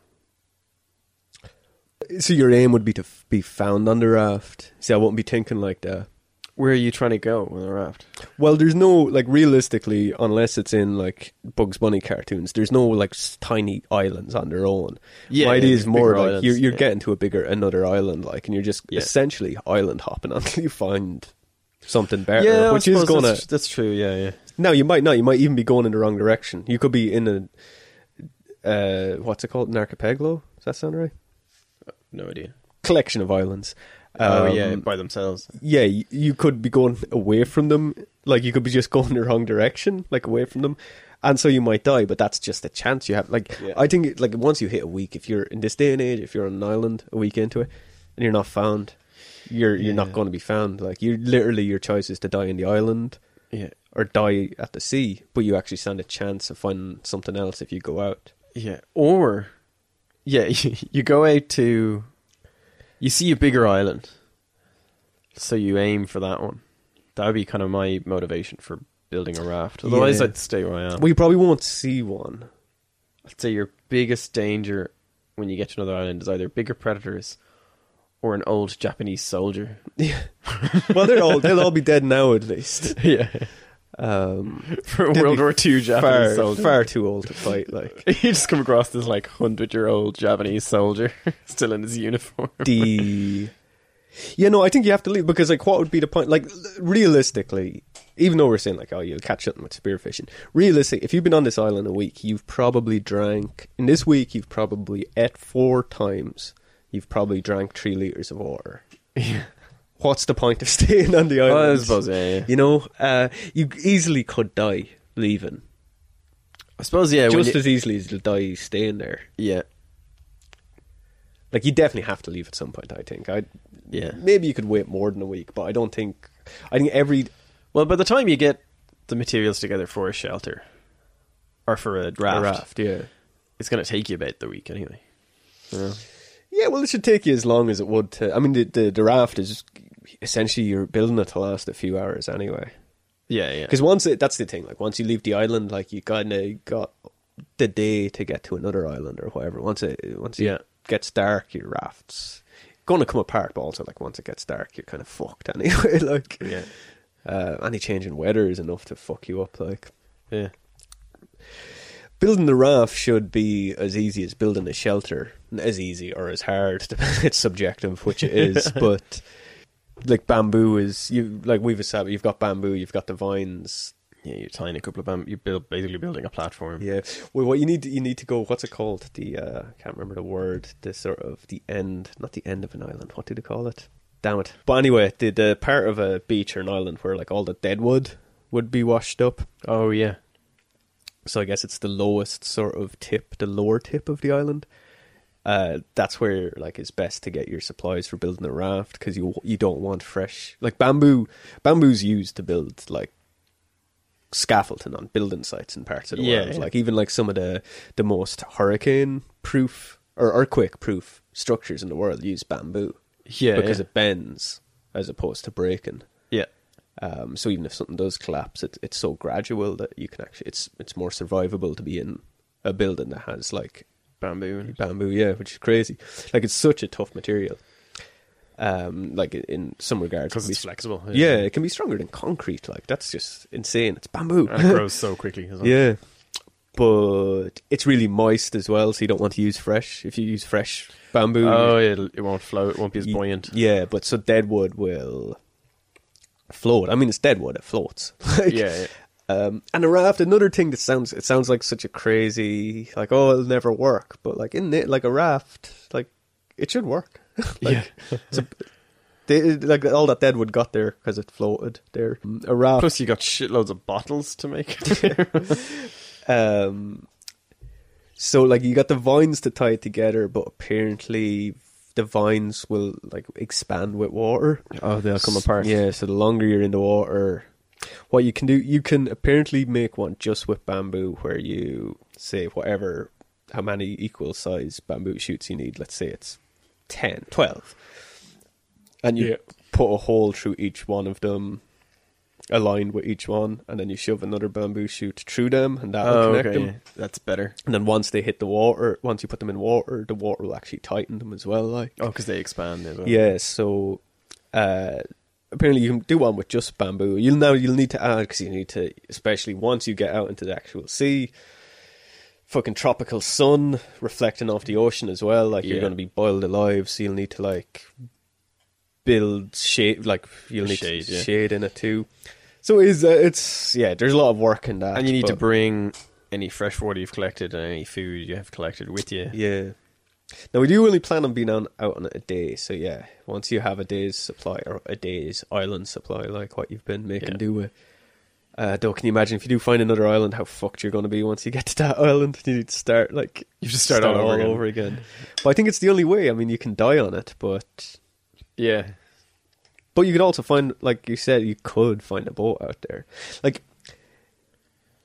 B: So your aim would be to f- be found on the raft. See, I wouldn't be thinking like that.
C: Where are you trying to go on a raft?
B: Well, there's no like realistically, unless it's in like Bugs Bunny cartoons. There's no like s- tiny islands on their own.
C: Yeah,
B: My
C: yeah,
B: idea is
C: there's
B: more
C: bigger
B: like
C: islands,
B: you're you're
C: yeah.
B: getting to a bigger another island, like, and you're just
C: Yeah.
B: essentially island hopping *laughs* until you find something better,
C: I
B: Uh, which is
C: suppose
B: gonna.
C: that's, that's true. Yeah, yeah.
B: No, you might not. You might even be going in the wrong direction. You could be in a uh, what's it called? An archipelago? Does that sound right?
C: No idea.
B: Collection of islands.
C: oh
B: Um,
C: yeah, by themselves.
B: yeah, y- you could be going away from them. Like you could be just *laughs* going the wrong direction, like away from them, and so you might die. But that's just a chance you have. Like
C: Yeah.
B: I think, like once you hit a week, if you're in this day and age, if you're on an island a week into it, and you're not found, you're you're not
C: Yeah.
B: going to be found. Like you literally, your choice is to die in the island
C: Yeah,
B: or die at the sea. But you actually stand a chance of finding something else if you go out.
C: Yeah, or yeah, *laughs* you go out to you see a bigger island, so you aim for that one. That would be kind of my motivation for building a raft. Otherwise,
B: Yeah.
C: I'd stay where I am.
B: Well, you probably won't see one.
C: I'd say your biggest danger when you get to another island is either bigger predators or an old Japanese soldier.
B: well, they're all they'll all be dead now at least. *laughs*
C: yeah,
B: Um,
C: *laughs* for a
B: They'd
C: World
B: be
C: War Two Japanese
B: far,
C: soldier.
B: far too old to fight. Like
C: *laughs* You just come across this like hundred-year-old Japanese soldier *laughs* still in his uniform.
B: the, yeah, no, I think you have to leave because like, what would be the point? Like, realistically, even though we're saying like, oh, you'll catch something with spearfishing. Realistically, if you've been on this island a week, you've probably drank in this week. You've probably ate four times. You've probably drank three liters of water. What's the point of *laughs* staying on the island?
C: Well, I suppose, yeah, yeah.
B: You know, uh, you easily could die leaving,
C: *laughs* I suppose, yeah. when
B: just
C: you-
B: as easily as you'll die staying there.
C: yeah,
B: Like you definitely have to leave at some point. I think. I
C: Yeah.
B: Maybe you could wait more than a week, but I don't think. I think every
C: Well, by the time you get the materials together for a shelter or for a raft,
B: raft, yeah,
C: it's going to take you about the week anyway.
B: yeah. Well, it should take you as long as it would to. I mean, the the, the raft is essentially you're building it to last a few hours anyway.
C: Yeah, yeah.
B: Because once it, that's the thing. Like once you leave the island, like you kind of got the day to get to another island or whatever. Once it once
C: Yeah.
B: it gets dark, your rafts going to come apart, but also like once it gets dark, you're kind of fucked anyway. *laughs* like,
C: Yeah.
B: uh, any change in weather is enough to fuck you up. Like,
C: Yeah.
B: building the raft should be as easy as building a shelter, as easy or as hard. *laughs* it's subjective, which it is, but like bamboo is you like we've established. You've got bamboo, you've got the vines.
C: Yeah, you're tying a couple of bam. You're build, basically building a platform.
B: Yeah. Well, what you need you need to go. What's it called? The uh, I can't remember the word. The sort of the end, not the end of an island. What do they call it? Damn it. But anyway, the the part of a beach or an island where like all the dead wood would be washed up.
C: Oh yeah.
B: so I guess it's the lowest sort of tip, the lower tip of the island. Uh, that's where like it's best to get your supplies for building a raft because you you don't want fresh like bamboo. Bamboo's used to build like scaffolding on building sites in parts of the
C: Yeah,
B: world.
C: yeah.
B: Like even like some of the the most hurricane proof or earthquake proof structures in the world use bamboo.
C: Yeah,
B: because
C: yeah.
B: it bends as opposed to breaking.
C: Yeah.
B: Um, so even if something does collapse, it, it's so gradual that you can actually it's it's more survivable to be in a building that has like
C: Bamboo. and-
B: bamboo, yeah, which is crazy. Like it's such a tough material. Um, like in- in some regards, it
C: 'Cause
B: can be
C: it's
B: str-
C: flexible, yeah.
B: Yeah. it can be stronger than concrete. Like that's just insane. It's bamboo.
C: And it grows so quickly as
B: *laughs*
C: well.
B: yeah, but it's really moist as well, so you don't want to use fresh. If you use fresh bamboo,
C: Oh, it'll, it won't flow. It won't be as
B: Ye-
C: buoyant.
B: Yeah, but so deadwood will float. I mean, it's deadwood; it floats. *laughs* Like,
C: Yeah, yeah.
B: Um, and a raft, another thing that sounds it sounds like such a crazy like oh it'll never work, but like in it like a raft like it should work. *laughs* like, yeah, it's a, they, like all that deadwood got there because it floated there. Mm, A raft
C: *laughs* Plus, you got shitloads of bottles to
B: *laughs*
C: make.
B: Um, so like you got the vines to tie it together, but apparently the vines will like expand with water.
C: Oh, they'll come
B: S-
C: apart.
B: Yeah, so the longer you're in the water, what you can do, you can apparently make one just with bamboo, where you say whatever, how many equal size bamboo shoots you need. Let's say it's 10, 12. and you
C: Yeah.
B: put a hole through each one of them aligned with each one and then you shove another bamboo shoot through them and that will
C: oh,
B: connect
C: okay.
B: them
C: yeah. That's better.
B: and then once they hit the water, once you put them in water, the water will actually tighten them as well. Like,
C: Oh, because they expand. As well.
B: yeah. So, uh, apparently, you can do one with just bamboo. You'll now you'll need to add because you need to, especially once you get out into the actual sea. Fucking tropical sun reflecting off the ocean as well. Like you're
C: Yeah.
B: going to be boiled alive, so you'll need to like build shade. Like you'll need
C: Shade,
B: to
C: yeah.
B: shade in it too. So is uh, it's yeah. There's a lot of work in that,
C: And you need to
B: but-
C: bring any fresh water you've collected and any food you have collected with you.
B: Yeah. Now we do only plan on being on out on it a day, so yeah. Once you have a day's supply or a day's island supply, like what you've been making
C: Yeah.
B: do with. Uh, though, can you imagine if you do find another island, how fucked you're going to be once you get to that *laughs* island? You need to start like
C: You just start all over again.
B: again. But I think it's the only way. I mean, you can die on it, but
C: Yeah.
B: but you could also find, like you said, you could find a boat out there. Like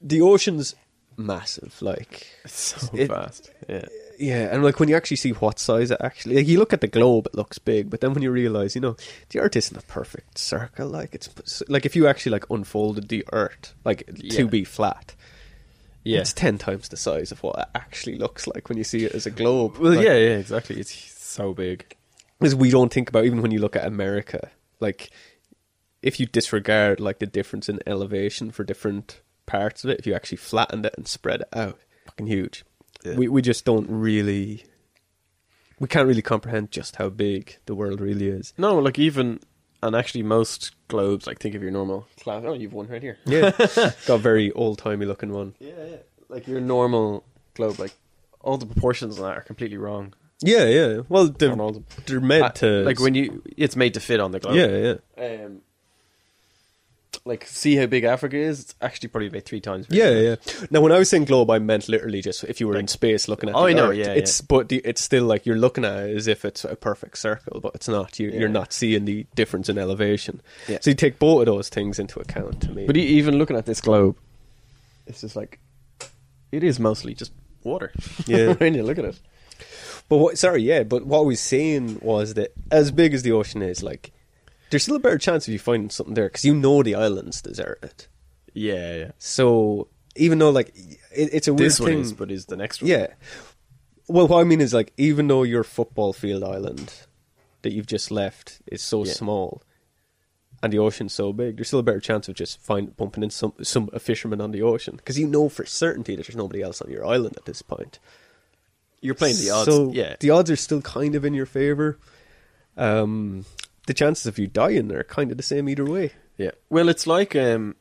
B: the ocean's massive. Like
C: It's *laughs* so
B: It-
C: fast. Yeah.
B: yeah, and like when you actually see what size it actually, like you look at the globe, it looks big, but then when you realize, you know, the Earth isn't a perfect circle. Like it's like if you actually like unfolded the Earth, like
C: Yeah.
B: to be flat,
C: Yeah.
B: it's ten times the size of what it actually looks like when you see it as a globe.
C: well,
B: Like,
C: yeah, yeah, exactly. It's so big.
B: because we don't think about even when you look at America, like if you disregard like the difference in elevation for different parts of it, if you actually flattened it and spread it out, fucking huge.
C: Yeah.
B: We we just don't really we can't really comprehend just how big the world really is.
C: No, like even and actually most globes, like think of your normal class. Oh, you've one right here.
B: Yeah. *laughs* Got a very old timey looking one.
C: Yeah, yeah. Like your normal globe, like all the proportions on that are completely wrong.
B: Yeah, yeah. Well they're,
C: On all the-
B: they're meant
C: Uh,
B: to
C: like when you, it's made to fit on the globe.
B: Yeah, yeah.
C: Um, like see how big Africa is. It's actually probably about three times. bigger.
B: Yeah, yeah. Now, when I was saying globe, I meant literally just if you were in space looking at.
C: Oh,
B: the
C: I know,
B: Earth.
C: yeah,
B: It's but the, it's still like you're looking at it as if it's a perfect circle, but it's not. You,
C: Yeah.
B: You're not seeing the difference in elevation.
C: Yeah.
B: So you take both of those things into account to me.
C: But e- even looking at this globe, it's just like it is mostly just water.
B: Yeah.
C: *laughs* when you look at it.
B: But what, sorry, yeah. But what I was saying was that as big as the ocean is, like there's still a better chance of you finding something there because you know the island's deserted.
C: Yeah, yeah.
B: So even though like it, it's a weird
C: This one
B: thing,
C: is, but is the next one?
B: Yeah. Well, what I mean is, like, even though your football field island that you've just left is so
C: Yeah.
B: small, and the ocean's so big, there's still a better chance of just find bumping into some some a fisherman on the ocean because you know for certainty that there's nobody else on your island at this point.
C: You're playing the odds.
B: So
C: yeah.
B: the odds are still kind of in your favor. Um, the chances of you dying are kind of the same either way.
C: yeah. Well, it's like um,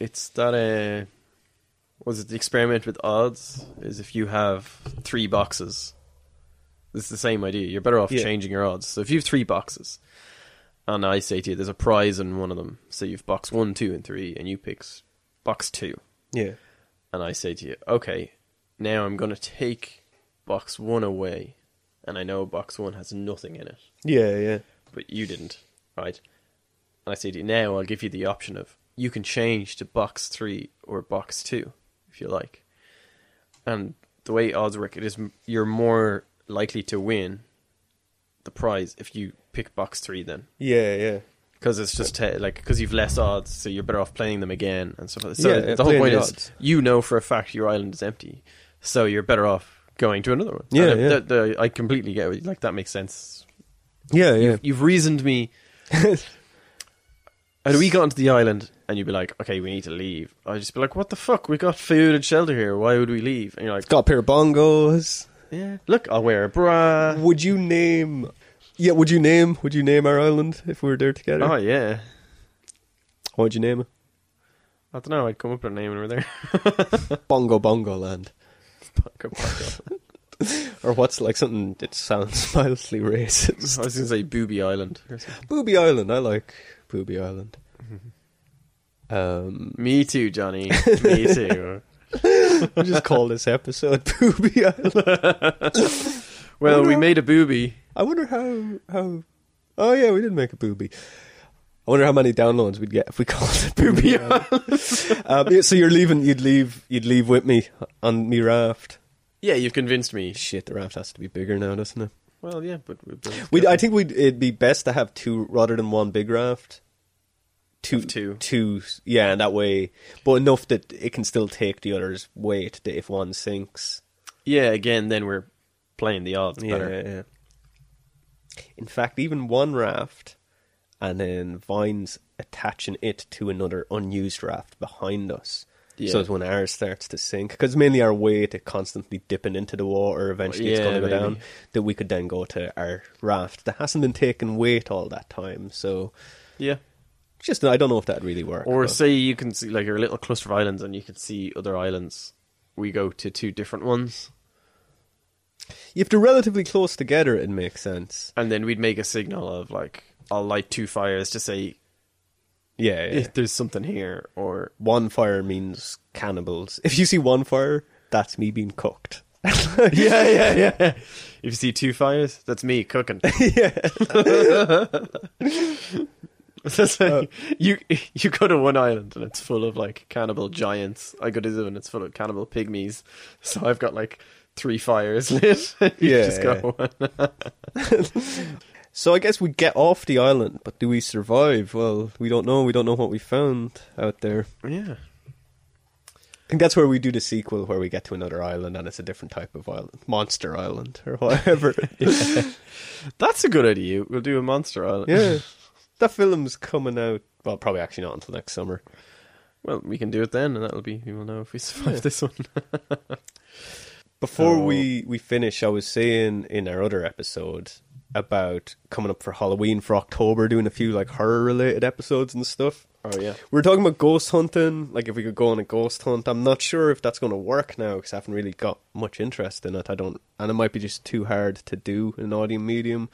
C: it's that uh, was it the experiment with odds? Is if you have three boxes, it's the same idea. You're better off
B: Yeah.
C: changing your odds. So if you have three boxes, and I say to you, there's a prize in one of them. So you've box one, two, and three, and you pick s- box two.
B: Yeah,
C: and I say to you, okay, now I'm going to take box one away, and I know box one has nothing in it,
B: yeah, yeah,
C: but you didn't, right? And I say to you, now I'll give you the option of you can change to box three or box two if you like. And the way odds work, it is m- you're more likely to win the prize if you pick box three then.
B: yeah, yeah.
C: Because it's just te- like because you've less odds, so you're better off playing them again and stuff. Like that. So
B: Yeah,
C: the whole
B: playing
C: point
B: the
C: is
B: odds.
C: you know for a fact your island is empty, so you're better off going to another one.
B: Yeah,
C: And
B: yeah.
C: the- the- I completely get it. like that makes sense.
B: Yeah, yeah.
C: You've reasoned me. Had we gotten to the island and you'd be like, "Okay, we need to leave," I'd just be like, "What the fuck? We got food and shelter here. Why would we leave?" And you're
B: *laughs*
C: like,
B: Got a pair of bongos.
C: "Yeah, look, I'll wear a bra."
B: Would you name? Yeah, would you name? Would you name our island if we were there together?
C: Oh yeah,
B: What would you name it?
C: I don't know. I'd come up with a name and we're there. *laughs*
B: Bongo Bongo Land,
C: Fuck, fuck off.
B: or what's like something that sounds *laughs* mildly racist?
C: I was going to say Booby Island. *laughs* or something.
B: Booby Island. I like Booby Island. Um,
C: Me too, *laughs* Johnny. Me too.
B: we'll just call this episode *laughs* Booby Island.
C: Well, we made a booby.
B: I wonder how how. Oh yeah, we did make a booby. I wonder how many downloads we'd get if we called it *laughs* Booby Island. *laughs* um, yeah, so you're leaving? You'd leave? You'd leave with me on me raft?
C: Yeah, you've convinced me.
B: Shit, the raft has to be bigger now, doesn't it?
C: Well, yeah, but we
B: We, I think we'd it'd be best to have two rather than one big raft. Two,
C: Have two.
B: two, yeah, and that way, but enough that it can still take the other's weight. That if one sinks,
C: yeah. Again, then we're playing the odds better.
B: yeah, yeah. In fact, even one raft, and then vines attaching it to another unused raft behind us. So
C: Yeah.
B: that when ours starts to sink, because mainly our weight it constantly dipping into the water, eventually it's
C: Yeah,
B: going to go
C: maybe.
B: down. That we could then go to our raft that hasn't been taking weight all that time. So
C: Yeah.
B: just I don't know if that would really work.
C: Or
B: but-
C: say you can see like your little cluster of islands, and you can see other islands. We go to two different ones,
B: if they're relatively close together, it makes sense.
C: and then we'd make a signal of like, "I'll light two fires to say
B: Yeah, yeah.
C: if there's something here," or
B: one fire means cannibals. *laughs* If you see one fire, that's me being cooked. *laughs*
C: yeah, yeah, yeah. If you see two fires, that's me cooking. *laughs*
B: yeah.
C: That's like, you you go to one island and it's full of like cannibal giants. I go to the other and it's full of cannibal pygmies. So I've got like three fires *laughs* lit. you
B: Yeah,
C: just got one.
B: So I guess we get off the island, but do we survive? Well, we don't know. We don't know what we found out there.
C: Yeah.
B: I think that's where we do the sequel, where we get to another island and it's a different type of island, Monster Island or *laughs*
C: *laughs*
B: whatever.
C: That's a good idea. We'll do a monster island.
B: yeah, that film's coming out. Well, probably actually not until next summer.
C: Well, we can do it then and that'll be we will know if we survive this one.
B: Before
C: So-
B: we, we finish, I was saying in our other episode about coming up for Halloween for October, doing a few like horror related episodes and stuff.
C: Oh yeah.
B: We We're talking about ghost hunting, like if we could go on a ghost hunt. I'm not sure if that's going to work now because I haven't really got much interest in it. I don't, and it might be just too hard to do in an audio medium.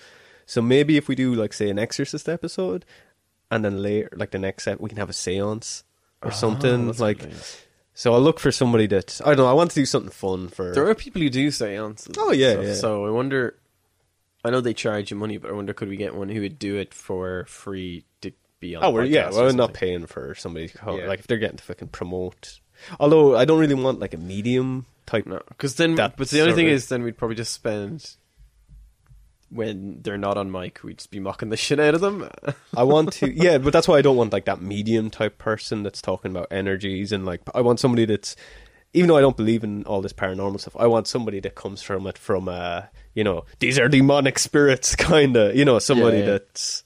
B: So maybe if we do, like, say, an Exorcist episode, and then later, like the next set, we can have a seance or something.
C: Ah, that's a
B: Like,
C: good idea.
B: so I'll look for somebody that I don't know. I want to do something fun for.
C: There are people who do seances.
B: Oh,
C: and
B: yeah,
C: stuff,
B: yeah.
C: So I wonder I know they charge you money, but I wonder could we get one who would do it for free to be on
B: Oh,
C: the
B: we're, yeah,
C: podcast
B: well,
C: or
B: we're not
C: something?
B: paying for somebody to come.
C: Yeah.
B: Like, if they're getting to fucking promote. Although, I don't really want, like, a medium type.
C: No, because then,
B: That
C: but the only
B: sort
C: thing
B: of-
C: is, then we'd probably just spend when they're not on mic, we'd just be mocking the shit out of them. *laughs*
B: I want to, yeah, but that's why I don't want, like, that medium type person that's talking about energies and, like, I want somebody that's even though I don't believe in all this paranormal stuff, I want somebody that comes from it from uh, you know, these are demonic spirits *laughs* kind of, you know, somebody
C: Yeah, yeah.
B: that's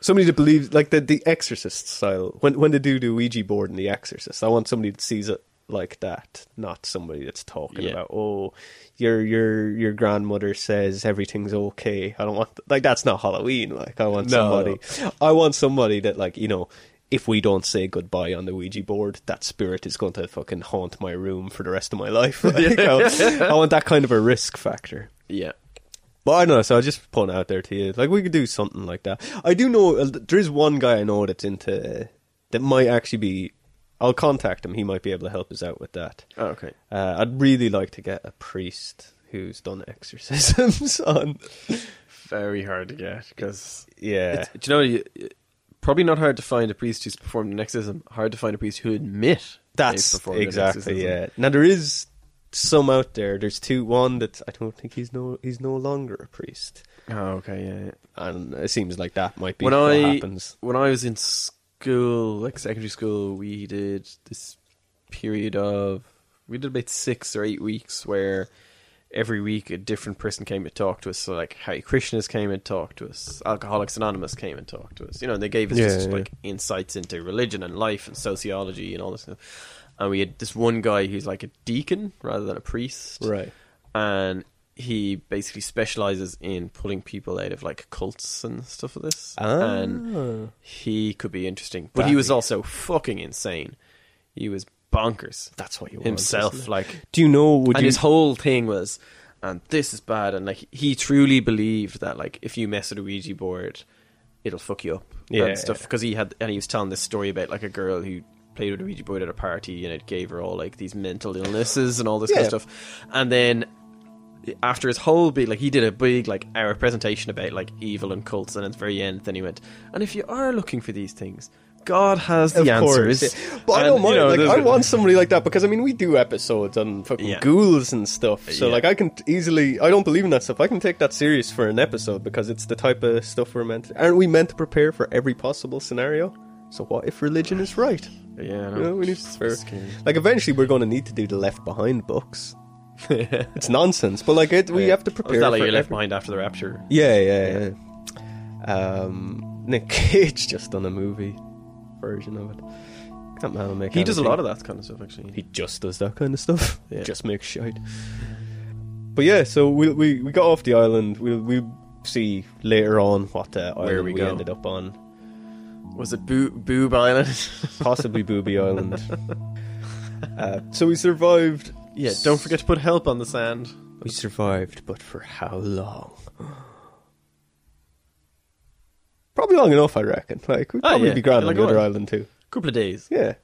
B: somebody that believes like the the exorcist style. When when they do the Ouija board in the exorcist, I want somebody that sees it like that, not somebody that's talking
C: Yeah.
B: about, "Oh, your your your grandmother says everything's okay." I don't want like that's not Halloween. Like I want
C: No,
B: somebody I want somebody that, like, you know, if we don't say goodbye on the Ouija board, that spirit is going to fucking haunt my room for the rest of my life. *laughs* Like, I, I want that kind of a risk factor.
C: Yeah.
B: But I don't know, so I just put it out there to you. Like, we could do something like that. I do know, uh, there is one guy I know that's into, that might actually be, I'll contact him, he might be able to help us out with that.
C: Okay.
B: Uh, I'd really like to get a priest who's done exorcisms *laughs* on.
C: Very hard to get because
B: Yeah.
C: It's- do you know, you, probably not hard to find a priest who's performed an exorcism. Hard to find a priest who admit they've
B: That's
C: performed an
B: exactly
C: exorcism.
B: yeah. Now there is some out there. There's two. One that I don't think he's no he's no longer a priest,
C: Oh, okay, yeah. yeah.
B: and it seems like that might be
C: When
B: what
C: I
B: happens.
C: when I was in school, like secondary school, we did this period of we did about six or eight weeks where every week a different person came and talked to us. So like Hare Krishnas came and talked to us, Alcoholics Anonymous came and talked to us. You know, and they gave us
B: Yeah,
C: just
B: yeah.
C: like insights into religion and life and sociology and all this stuff. And we had this one guy who's like a deacon rather than a priest
B: Right.
C: and he basically specializes in pulling people out of like cults and stuff like this.
B: Ah.
C: And he could be interesting, but he
B: That'd
C: was
B: be-
C: also fucking insane. He was bonkers
B: That's what you want,
C: himself.
B: isn't it?
C: Like
B: Do you know? Would
C: and
B: you?
C: his whole thing was, and this is bad, and like he truly believed that like if you mess with a Ouija board, it'll fuck you up
B: Yeah,
C: and stuff.
B: yeah.
C: Because he had and he was telling this story about like a girl who played with a Ouija board at a party and it gave her all like these mental illnesses and all this kind
B: Yeah.
C: of stuff, and then. After his whole big, like he did a big like hour presentation about like evil and cults, and at the very end, then he went, and if you are looking for these things, God has the
B: of
C: answers.
B: course, yeah. but I
C: And,
B: don't mind.
C: you know,
B: like,
C: there's-
B: I want somebody like that because I mean, we do episodes on fucking
C: Yeah.
B: ghouls and stuff. So,
C: Yeah.
B: like, I can t- easily. I don't believe in that stuff. I can take that serious for an episode because it's the type of stuff we're meant. aren't we meant to prepare for every possible scenario? So, what if religion is right?
C: Yeah, I know.
B: You know, we need to
C: It's
B: spare.
C: scary.
B: Like eventually, we're going to need to do the Left Behind
C: *laughs*
B: books. it's nonsense, but like it, we have to prepare.
C: It's not Oh, like
B: for
C: you're left
B: every-
C: behind after the rapture.
B: Yeah, yeah, yeah. Um, Nick Cage *laughs* just done a movie version of it. Can't man make.
C: He does a
B: anything.
C: lot of that kind of stuff, actually.
B: He just does that kind of stuff.
C: *laughs* Yeah.
B: Just makes shite. But yeah, so we we we got off the island. We'll we'll see later on what the island
C: Where we
B: we
C: go.
B: ended up on.
C: was it Boo- Boob Island?
B: Possibly Booby Island. Uh, so we survived
C: *laughs* yeah, don't forget to put help on the sand.
B: We survived, but for how long? Probably long enough, I reckon. Like we'd
C: Oh,
B: probably
C: yeah.
B: be grand
C: Like
B: on the
C: what?
B: other island too.
C: couple of days.
B: Yeah.